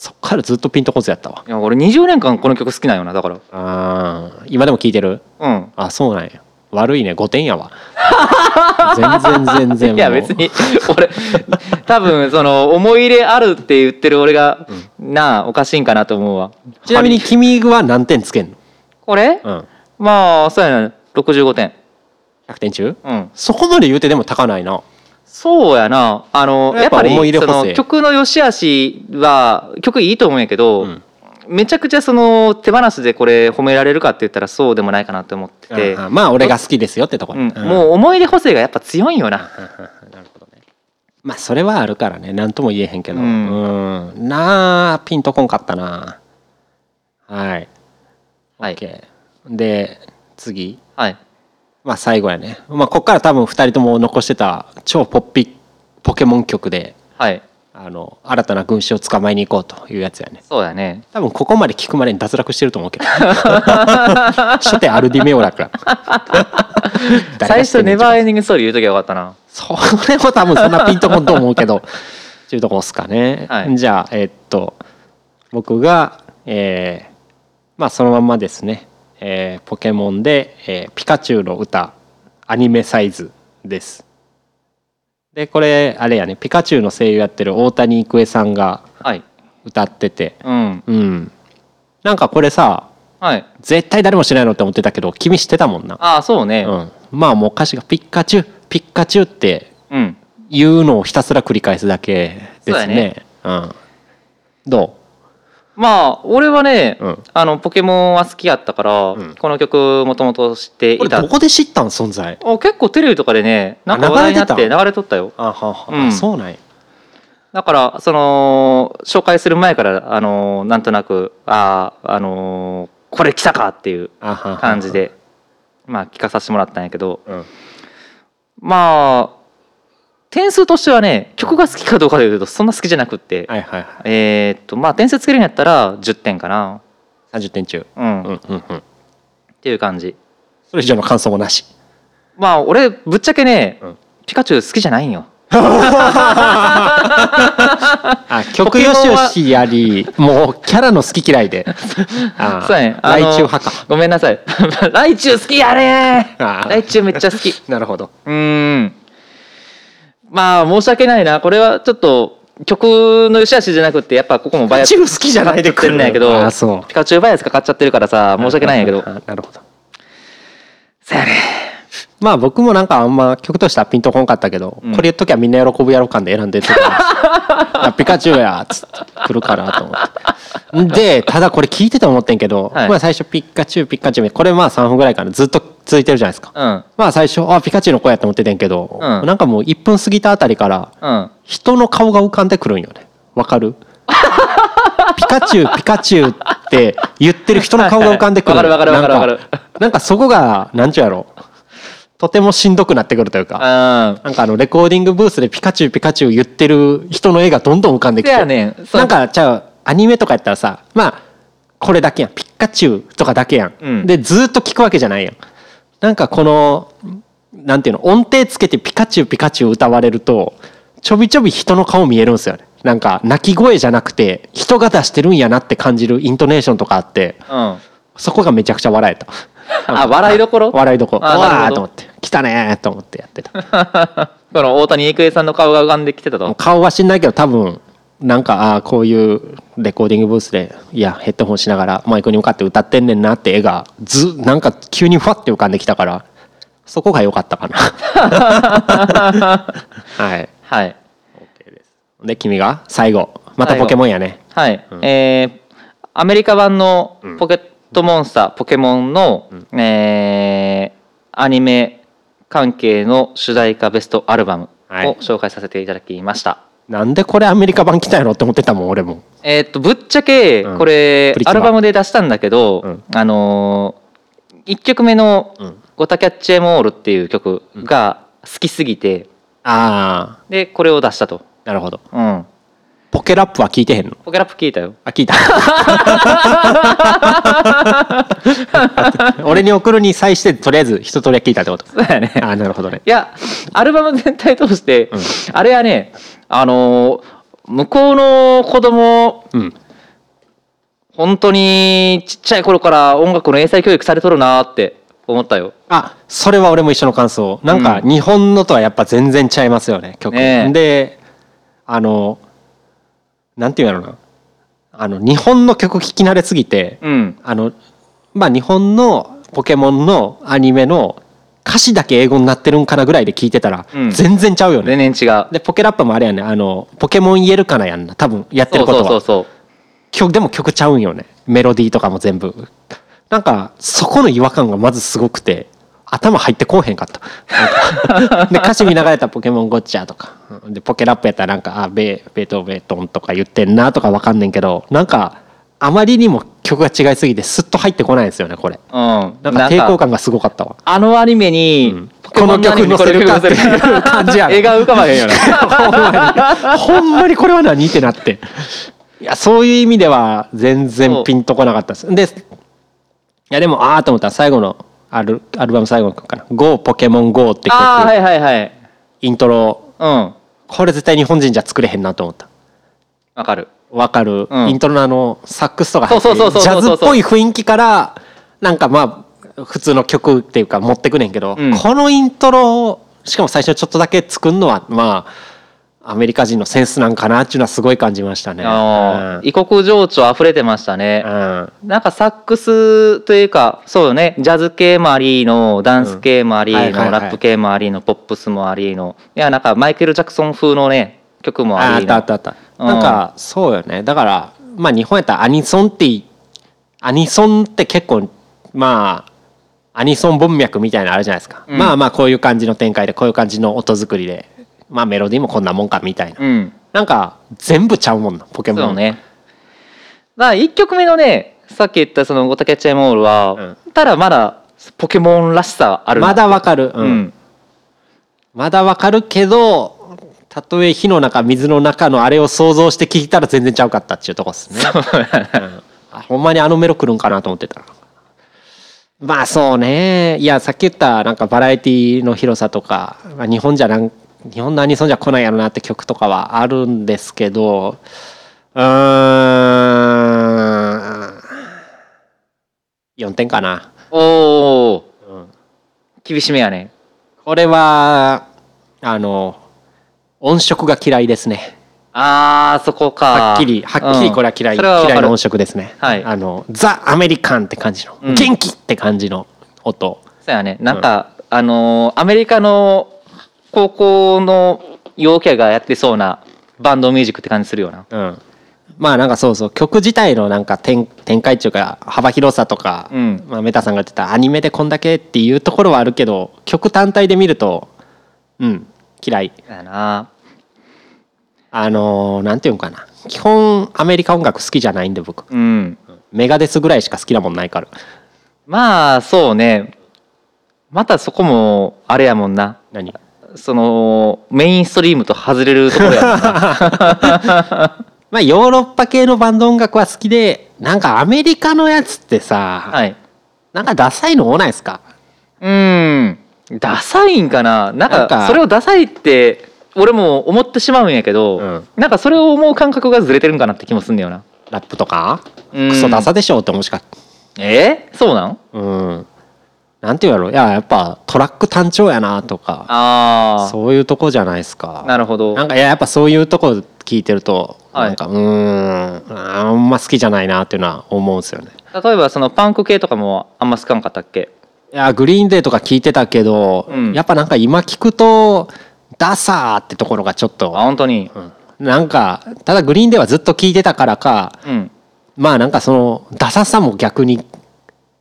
A: そっからずっとピンとこずやったわ
B: いや俺20年間この曲好きなんよなだから
A: あー今でも聴いてる
B: うん
A: あそうなんや悪いね5点や わ全然全然
B: いや
A: もう
B: 別に俺多分その思い入れあるって言ってる俺が、なあおかしいんかなと思うわ
A: ちなみに君は何点つけんの、
B: これ、
A: うん、
B: まあそうやな65点
A: 100点中
B: うん
A: そこまで言うてでも高ないな
B: そうやなあのや
A: や
B: っ
A: っ
B: ぱ
A: ぱ
B: り
A: 思い入れ
B: そ
A: 補正
B: の曲の良し悪しは曲いいと思うんやけど、
A: うん
B: めちゃくちゃその手放しでこれ褒められるかって言ったらそうでもないかなって思ってて、
A: うんうんまあ俺が好きですよってとこ
B: うん
A: うん
B: もう思い出補正がやっぱ強いんよな、
A: なるほどねまあそれはあるからね何とも言えへんけど
B: う
A: うん、なあピンとこんかったなはい
B: はい
A: OK で次
B: はい
A: まあ最後やねまあこっから多分2人とも残してた超ポッピポケモン曲で
B: はい
A: あの新たな軍師を捕まえに行こうというやつやね
B: そうだね
A: 多分ここまで聞くまでに脱落してると 思うけど初手アルディメオラから
B: 最初ネバー
A: ー
B: エンディングストーリー言うときゃよかったな
A: それも多分そんなピンとこんと思うけ どっていうとこっすかね、
B: はい
A: じゃあえっと僕がえーまあそのまんまですね、えーポケモンで、えーピカチュウの歌アニメサイズですでこれあれやねピカチュウの声優やってる大谷育恵さんが
B: はい
A: 歌ってて
B: うん
A: うんなんかこれさ
B: はい
A: 絶対誰も知らないのって思ってたけど君知ってたもんな、
B: ああそうね
A: うん、まあもう歌詞が「ピッカチュウピッカチュウ」って
B: うん、
A: 言うのをひたすら繰り返すだけですねうん、ど
B: まあ俺はね、
A: うん
B: あのポケモンは好きやったから、
A: ん
B: この曲もともと知って
A: うこれ
B: いた
A: どこで知ったん存在
B: お結構テレビとかでねなんか話題になって
A: 流れて
B: 流れとったよ
A: あはは
B: うん
A: そうなんや
B: だからその紹介する前からあのなんとなくあああのこれ来たかっていう
A: あはは
B: 感じでまあ聞かさせてもらったんやけど
A: うん
B: まあ点数としてはね曲が好きかどうかでいうとそんな好きじゃなくって、
A: はいはいは
B: えーっとまあ点数つけるんやったら10点かな、
A: い30点中
B: うん
A: うん
B: っ
A: うんうん
B: ていう感じ
A: それ以上の感想もなし
B: まあ俺ぶっちゃけね、
A: うん
B: ピカチュウ好きじゃないんよ
A: あ曲よしよしやりもうキャラの好き嫌い であ
B: そうやねあ
A: 来
B: の
A: 中派か
B: ごめんなさい ライチュウ好きやね
A: あー
B: ライチュウめっちゃ好き
A: なるほど
B: うーん。まあ、申し訳ないな。これはちょっと、曲の良し悪しじゃなくて、やっぱここもバイアス
A: 一部好きじゃないでく
B: くるんだけど
A: あそう
B: ピカチュウバイアスかかっちゃってるからさ、申し訳ないんやけど。
A: あなるほど
B: そやね。
A: まあ僕もなんかあんま曲としてはピンとこんかったけど、
B: うん
A: これ言っときゃみんな喜ぶやろ感で選んで てあピカチュウやっつって来るからと思ってでただこれ聞いてて思ってんけど、
B: はい
A: まあ最初ピカチュウピカチュウこれまあ3分ぐらいかなずっと続いてるじゃないですか、
B: うん。
A: まあ最初あピカチュウの声やと思っててんけど、
B: うん
A: なんかもう1分過ぎたあたりから
B: うん。
A: 人の顔が浮かんでくるんよねわかるピカチュウピカチュウって言ってる人の顔が浮かんでくる
B: はいはいわかるわかるわかる
A: なんなんかそこがなんちゅうやろとてもしんどくなってくるというか
B: あ
A: なんかあのレコーディングブースでピカチュウピカチュウ言ってる人の絵がどんどん浮かんできて
B: せやねんそう
A: なんかちゃうアニメとかやったらさまあこれだけやんピカチュウとかだけやん、
B: うん
A: でずーっと聞くわけじゃないやんなんかこのなんていうの音程つけてピカチュウピカチュウ歌われるとちょびちょび人の顔見えるんですよねなんか鳴き声じゃなくて人が出してるんやなって感じるイントネーションとかあって
B: ーうん。
A: そこがめちゃくちゃ笑えた
B: あ、笑いどころ
A: 笑いどころ
B: あ
A: わ
B: な
A: ー
B: る
A: と
B: ほ
A: 思っ
B: ど。
A: て来たねーと思ってやってた
B: この大谷育英さんの顔が浮かんできてたと。
A: 顔は知んないけど多分なんかああこういうレコーディングブースでいやヘッドホンしながらマイクに向かって歌ってんねんなって絵がずなんか急にふわって浮かんできたからそこが良かったか なはい
B: はい。
A: で君が最後またポケモンやね
B: はい、えーアメリカ版の「ポケットモンスター、ポケモンの」えーアニメ関係の主題歌ベストアルバムを
A: はい
B: 紹介させていただきました、
A: なんでこれアメリカ版来たんやろって思ってたもん俺も
B: えーっとぶっちゃけ
A: うん
B: これ、
A: プリキュア
B: アルバムで出したんだけど、
A: うん
B: あのー、1曲目の
A: うん
B: 「ゴタキャッチエモール」っていう曲が好きすぎて
A: ああ
B: でこれを出したと、
A: なるほど
B: うん、
A: ポケラップは聞いてへんの
B: ポケラップ聞いたよ
A: あ聞い た俺に送るに際してとりあえず一通りは聞いたってこと
B: そうや ね
A: あなるほどね
B: いや、アルバム全体通して、あれはね、あのー向こうの子供、
A: うん
B: 本当にちっちゃい頃から音楽の英才教育されとるなーって思ったよ。
A: あそれは俺も一緒の感想なんか日本のとはやっぱ全然違いますよね曲
B: ねえ
A: であのなんていうんやろうなあの日本の曲聴き慣れすぎて
B: うん。
A: あのまあ日本のポケモンのアニメの歌詞だけ英語になってるんかなぐらいで聞いてたら
B: うん
A: 全然ちゃうよね、
B: 全然違う。
A: でポケラップもあれやねあのポケモン言えるかなやんな多分やってる
B: そう
A: こと
B: そ
A: は
B: うそうそう。
A: 曲でも曲ちゃうんよねメロディーとかも全部なんかそこの違和感がまずすごくて頭入ってこうへんかったなんか で歌詞見ながらやったら「ポケモンゴッチャ」とかでポケラップやったらなんか「あベーベートーベートン」とか言ってんなとかわかんねんけどなんかあまりにも曲が違いすぎてスッと入ってこないですよねこれ
B: うん
A: なんか抵抗感がすごかったわ
B: あのアニメに、ポケ
A: こ
B: モ
A: の
B: ンア
A: 曲
B: ニメに
A: の
B: こ
A: せ
B: れ
A: るか
B: 曲
A: っていう感じやね
B: 映画浮かばへんよ な
A: ほんまにほんまにこれは何ってなっていやそういう意味では全然ピンとこなかったですでいやでもああと思ったら最後のアルアルバム最後の曲かな「GO ポケモン GO」って曲、
B: ああはいはいはい
A: イントロ
B: うん
A: これ絶対日本人じゃ作れへんなと思った
B: わかる
A: わかる、
B: うん
A: イントロのあのサックスとか入って
B: そうそうそう
A: ジ
B: そ
A: ャ
B: う
A: ズ
B: そう
A: っぽい雰囲気からなんかまあ普通の曲っていうか持ってくねんけど、
B: うん
A: このイントロをしかも最初ちょっとだけ作るのはまあアメリカ人のセンスなんかなっていうのはすごい感じましたね。
B: あの
A: うん
B: 異国情緒溢れてましたね
A: うん
B: なんかサックスというかそうよねジャズ系もありのダンス系もありの、
A: うんはいはいはい
B: ラップ系もありのポップスもありのいやなんかマイケル・ジャクソン風のね曲も
A: あ
B: あ
A: あっ
B: り
A: た
B: の
A: あったあった、
B: うん
A: なんかそうよねだからまあ日本やったらアニソンっていアニソンって結構まあアニソン文脈みたいなのあるじゃないですか、
B: うん
A: まあまあこういう感じの展開でこういう感じの音作りでまあメロディーもこんなもんかみたいな、
B: うん
A: なんか全部ちゃうもんなポケモン
B: そうねだから1曲目のねさっき言ったその「ゴタキャッチャイモールは」ただまだポケモンらしさあるな
A: まだわかる、
B: う、
A: うんん まだわかるけどたとえ火の中水の中のあれを想像して聞いたら全然ちゃうかったっていうとこですねうんあほんまにあのメロ来るんかなと思ってたまあそうねいやさっき言ったなんかバラエティの広さとか、まあ、日本じゃなん日本のアニソンじゃ来ないやろなって曲とかはあるんですけどうーん4点かな
B: おお、厳しめやね
A: これはあの音色が嫌いですね
B: あーそこか
A: はっきりはっきりこれは嫌い、
B: うんそれは分
A: 嫌い
B: か
A: な
B: る
A: 音色ですね、
B: はい
A: あのザ・アメリカンって感じの、
B: うん
A: 元気って感じの音
B: そうやねなんか、あのーアメリカの高校の陽キャがやってそうなバンドミュージックって感じするよな
A: うんまあなんかそうそう曲自体のなんか展展開っていうか幅広さとか、
B: うん
A: まあ、メタさんが言ってたアニメでこんだけっていうところはあるけど曲単体で見るとうん嫌い
B: やな
A: あのーなんていうんかな基本アメリカ音楽好きじゃないんで僕
B: うん
A: メガデスぐらいしか好きなもんないから
B: まあそうねまたそこもあれやもんな
A: 何
B: そのメインストリームと外れるところやもんな
A: まあヨーロッパ系のバンド音楽は好きでなんかアメリカのやつってさ、
B: はい
A: なんかダサいの多ないですか
B: うんダサいんかななん
A: なん
B: か
A: か
B: それをダサいって俺も思ってしまうんやけど、
A: うん
B: なんかそれを思う感覚がずれてるんかなって気もすんだよな
A: ラップとか、
B: うん
A: クソダサでしょって思うしか
B: えそうなん
A: うんなんて言うやろいややっぱトラック単調やなとか
B: あ
A: そういうとこじゃないです
B: あ
A: か
B: なるほど
A: なんかいややっぱそういうとこ聞いてると、
B: はい
A: なんかうーんあんま好きじゃないなっていうのは思うんですよね
B: 例えばそのパンク系とかもあんま好かんかったっけ
A: いやグリーンデーとか聞いてたけど、
B: うん
A: やっぱなんか今聞くとダサーってところがちょっと
B: あ本当に
A: うんなんかただグリーンではずっと聞いてたからか
B: うん
A: まあなんかそのダサさも逆に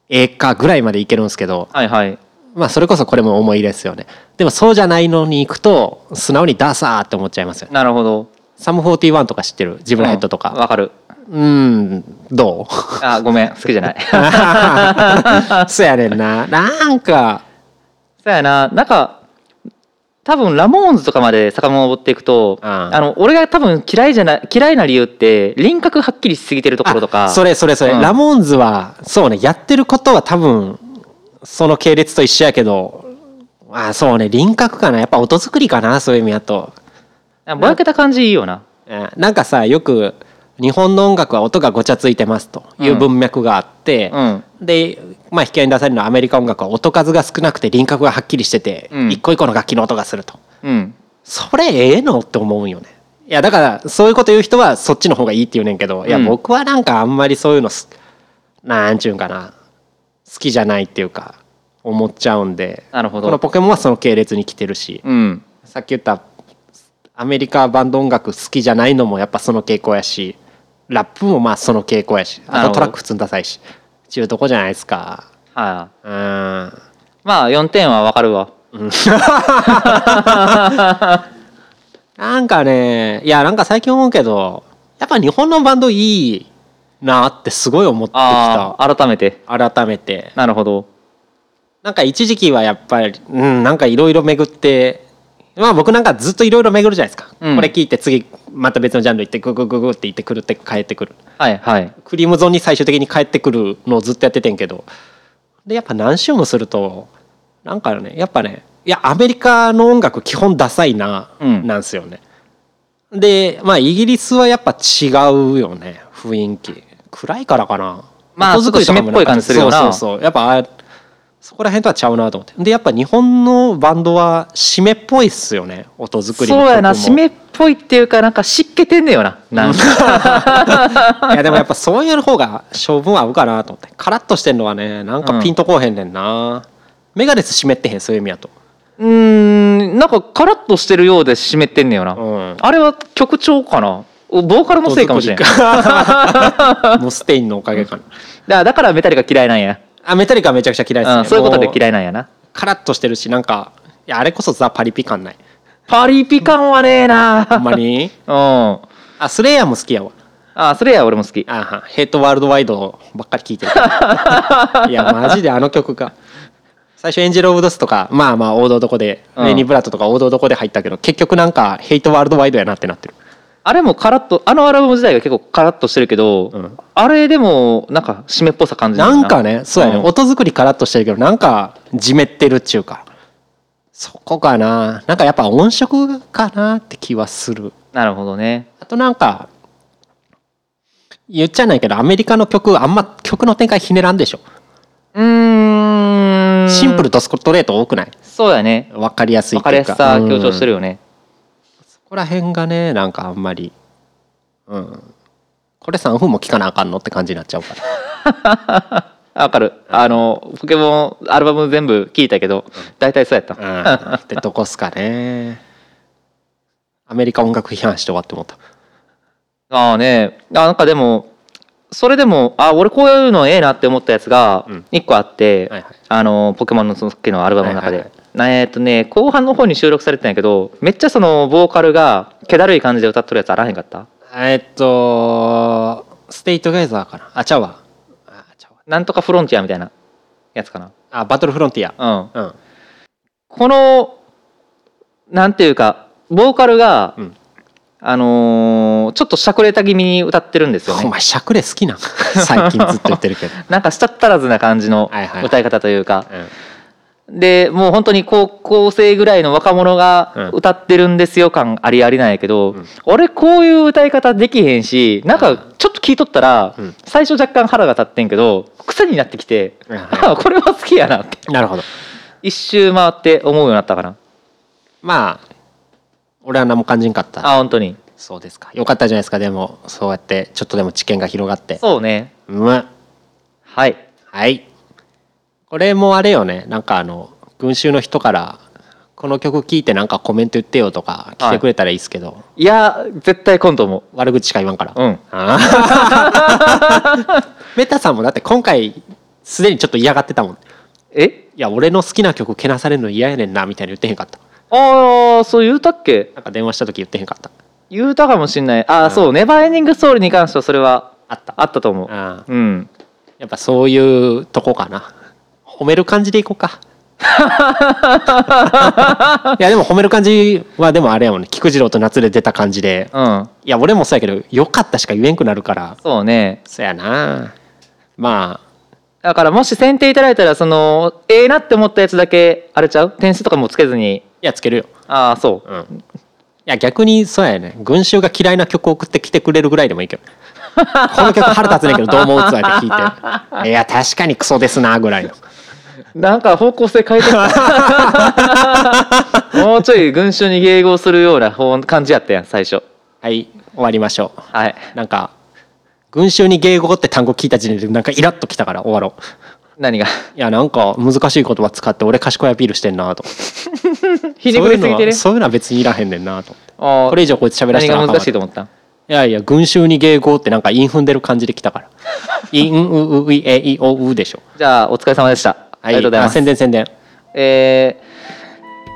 A: ええかぐらいまでいけるんですけど
B: はいはい
A: まあそれこそこれも思いですよねでもそうじゃないのに行くと素直にダサーって思っちゃいますよね
B: なるほど
A: サム41とか知ってるジブラヘッドと
B: うん
A: か
B: わ、かる
A: うん ど
B: あごめん好きじゃない
A: うそやねんななんか
B: そうやななんか多分ラモーンズとかまで遡っていくと、
A: うん
B: あの俺が多分嫌いじゃない嫌いな理由って輪郭はっきりしすぎてるところとか
A: あそれそれそれ、
B: うん
A: ラモーンズはそうねやってることは多分その系列と一緒やけどあそうね輪郭かなやっぱ音作りかなそういう意味だと、
B: ぼやけた感じいいよな
A: うんなんかさよく日本の音楽は音がごちゃついてますという文脈があって、
B: うん
A: で、まあ、引き合いに出されるのはアメリカ音楽は音数が少なくて輪郭がはっきりしてて、
B: うん
A: 一個一個の楽器の音がすると
B: うん
A: それええのって思うんよねいやだからそういうこと言う人はそっちの方がいいって言うねんけど、いや
B: うん
A: 僕はなんかあんまりそういうのすなんちゅうんかな好きじゃないっていうか思っちゃうんで
B: なるほ
A: この
B: ど
A: ポケモンはその系列に来てるし、
B: うん
A: さっき言ったアメリカバンド音楽好きじゃないのもやっぱその傾向やしラップもまあその傾向やしあ
B: なるほ
A: とト
B: ど
A: ラック普通にダサいしちゅうとこじゃないですか
B: は
A: うん
B: い、まあ4点はわかるわ
A: なんかねいやなんか最近思うけどやっぱ日本のバンドいいなってすごい思ってき
B: あ
A: た
B: あ改めて
A: 改めて
B: なるほど
A: なんか一時期はやっぱり、うん、なんかいろいろ巡って、まあ僕なんかずっといろいろ巡るじゃないですか、
B: うん
A: これ聞いて次また別のジャンル行ってググググって行ってくるって帰ってくる
B: はいはい
A: クリームゾーンに最終的に帰ってくるのをずっとやっててんけどでやっぱ何周もするとなんかねやっぱねいやアメリカの音楽基本ダサいな、
B: うん
A: なんすよねでまあイギリスはやっぱ違うよね雰囲気暗いからかな
B: まあ
A: 音作りとかも
B: ちょっと湿っぽい感じするよな
A: そうそうそうやっぱあそこら辺とはちゃうなと思ってでやっぱ日本のバンドは湿っぽいっすよね音作りも曲
B: そうやな
A: も
B: 湿っぽいっていうかなんか湿気てんねよななんか
A: いやでもやっぱそういう方が性分合うかなと思ってカラッとしてんのはねなんかピンとこうへんねんな、メガネス湿ってへんそういう意味やと
B: うーんなんかカラッとしてるようで湿ってんねよな、
A: うん
B: あれは曲調かなボーカルのせいかもしれんだか
A: モステインのおか げかな
B: らだからメタリカ嫌いなんや、
A: あメタリカめちゃくちゃ嫌いですね、
B: うん、そういうことで
A: い
B: 嫌いなんやな
A: カラッとしてるしなんかいやあれこそザ・パリピ感ない
B: パリピ感はね
A: ほん
B: えな
A: まに
B: うん
A: あスレイヤーも好きやわ
B: あそれや俺も好き
A: あはヘイトワールドワイドばっかり聴いてるいやマジであの曲が最初「エンジェル・オブ・ドス」とかまあまあ王道どこで、
B: うん
A: レニー・ブラッドとか王道どこで入ったけど結局なんかヘイトワールドワイドやなってなってる
B: あれもカラッとあのアルバム自体が結構カラッとしてるけど、
A: うん
B: あれでもなんか湿っぽさ感じる
A: なんかねそうやね、
B: ん
A: 音作りカラッとしてるけどなんかじめってるっちゅうかそこかななんかやっぱ音色かなって気はする
B: なるほどね
A: あとなんか言っちゃないけどアメリカの曲あんま曲の展開ひねらんでしょ
B: うーん
A: シンプルとストレート多くない
B: そうやね
A: 分かりやすい
B: 分
A: って
B: か
A: いう
B: りやすさ強調して
A: る
B: るよね
A: そこら辺がねなんかあんまりうんこれ3分も聴かなあかんのって感じになっちゃうから
B: あわかるあのポケモンアルバム全部聞いたけど大体そうや った
A: うんってどこっすかねアメリカ音楽批判して終わって思った
B: ああねあなんかでもそれでもあ俺こういうのええなって思ったやつが
A: うん
B: 1個あって、
A: はいはい
B: あのポケモンのその時のアルバムの中で、
A: はいは
B: なえっとね後半の方に収録されてたんやけどめっちゃそのボーカルが気だるい感じで歌っとるやつあらへんかった
A: えっとステイトガイザーかなあちゃうわあちゃうわ
B: なんとかフロンティアみたいなやつかな
A: あバトルフロンティア
B: うん
A: うん
B: このなんていうかボーカルが、
A: うん
B: あのーちょっとしゃくれた気味に歌ってるんですよ
A: お
B: ね
A: 前しゃくれ好きなん最近ずっと言ってるけど、
B: なんかしたったらずな感じの
A: はいはい
B: 歌い方と いうか
A: うん
B: でもう本当に高校生ぐらいの若者が
A: うん
B: 歌ってるんですよ感ありありなんやけど、
A: ん
B: 俺こういう歌い方できへんしなんかちょっと聞いとったら、
A: うん
B: 最初若干腹が立ってんけど癖になってきて、
A: うん
B: あ これは好きやなって
A: なるほど
B: 一周回って思うようになったかな
A: まあ俺は何も感じんかった
B: あ本当に
A: そうですかよかったじゃないですかでもそうやってちょっとでも知見が広がって
B: そうね
A: うま
B: はい
A: はいこれもあれよねなんかあの群衆の人からこの曲聴いてなんかコメント言ってよとか来てくれたらいいっすけど、
B: いや絶対今度も
A: 悪口しか言わんから、
B: うん
A: あー メタさんもだって今回すでにちょっと嫌がってたもん
B: え
A: いや俺の好きな曲けなされるの嫌やねんなみたいに言ってへんかった
B: ああそう言うたっけ
A: なんか電話した時言ってへんかった
B: 言うたかもしんないああ、そうネバーエンディングストーリーに関してはそれは
A: あった
B: あったと思う
A: あー
B: うん
A: やっぱそういうとこかな褒める感じでいこうかいやでも褒める感じはでもあれやもんね菊次郎と夏で出た感じで
B: うん
A: いや俺もそうやけどよかったしか言えんくなるから
B: そうね
A: そやなまあ
B: だからもし選定いただいたらそのええなって思ったやつだけあれちゃう点数とかもつけずに
A: いやつけるよ
B: ああそう
A: うんいや逆にそうやね群衆が嫌いな曲を送ってきてくれるぐらいでもいいけどこの曲腹立つねんけどどう思うつわって聞いていや確かにクソですなぐらいの
B: なんか方向性変えて きたもうちょい群衆に迎合するような方感じやったやん最初
A: はい終わりましょ
B: はいう
A: なんか群衆に迎合って単語聞いた時点でなんかイラッときたから終わろう
B: 何が
A: いやなんか難しい言葉使って俺賢いアピールしてんなと
B: ひねくれすぎてる
A: そういうのはそういうのは別にいらへんねんなと
B: あー
A: これ以上こいつ喋らせ
B: 何
A: たらあか
B: が
A: んわ
B: 難しいと思った
A: いやいや群衆に迎合ってなんか韻踏んでる感じで来たから「いんううういえいおう」でしょ、
B: じゃあお疲れ様でした、ありがとうございま
A: あ
B: す
A: 宣伝宣伝
B: え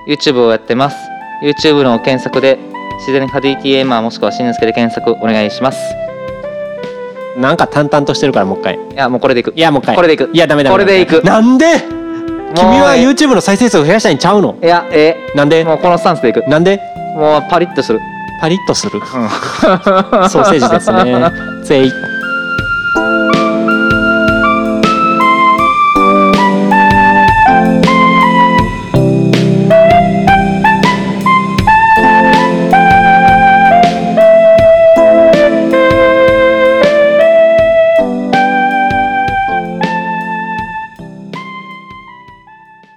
B: ー YouTube をやってます YouTube の検索で自然ハディティエーマーもしくは新之助で検索お願いします
A: なんか淡々としてるからもう一回
B: いやもうこれでいく
A: いやもう一回
B: これでいく
A: いやダメダメ
B: これでいく
A: なんで君は
B: もう
A: YouTube の再生数を増やしたいんちゃうの
B: いやえ
A: なんで
B: ーもうこのスタンスでいく
A: なんで
B: もうパリッとする
A: パリッとするソーセージですねぜい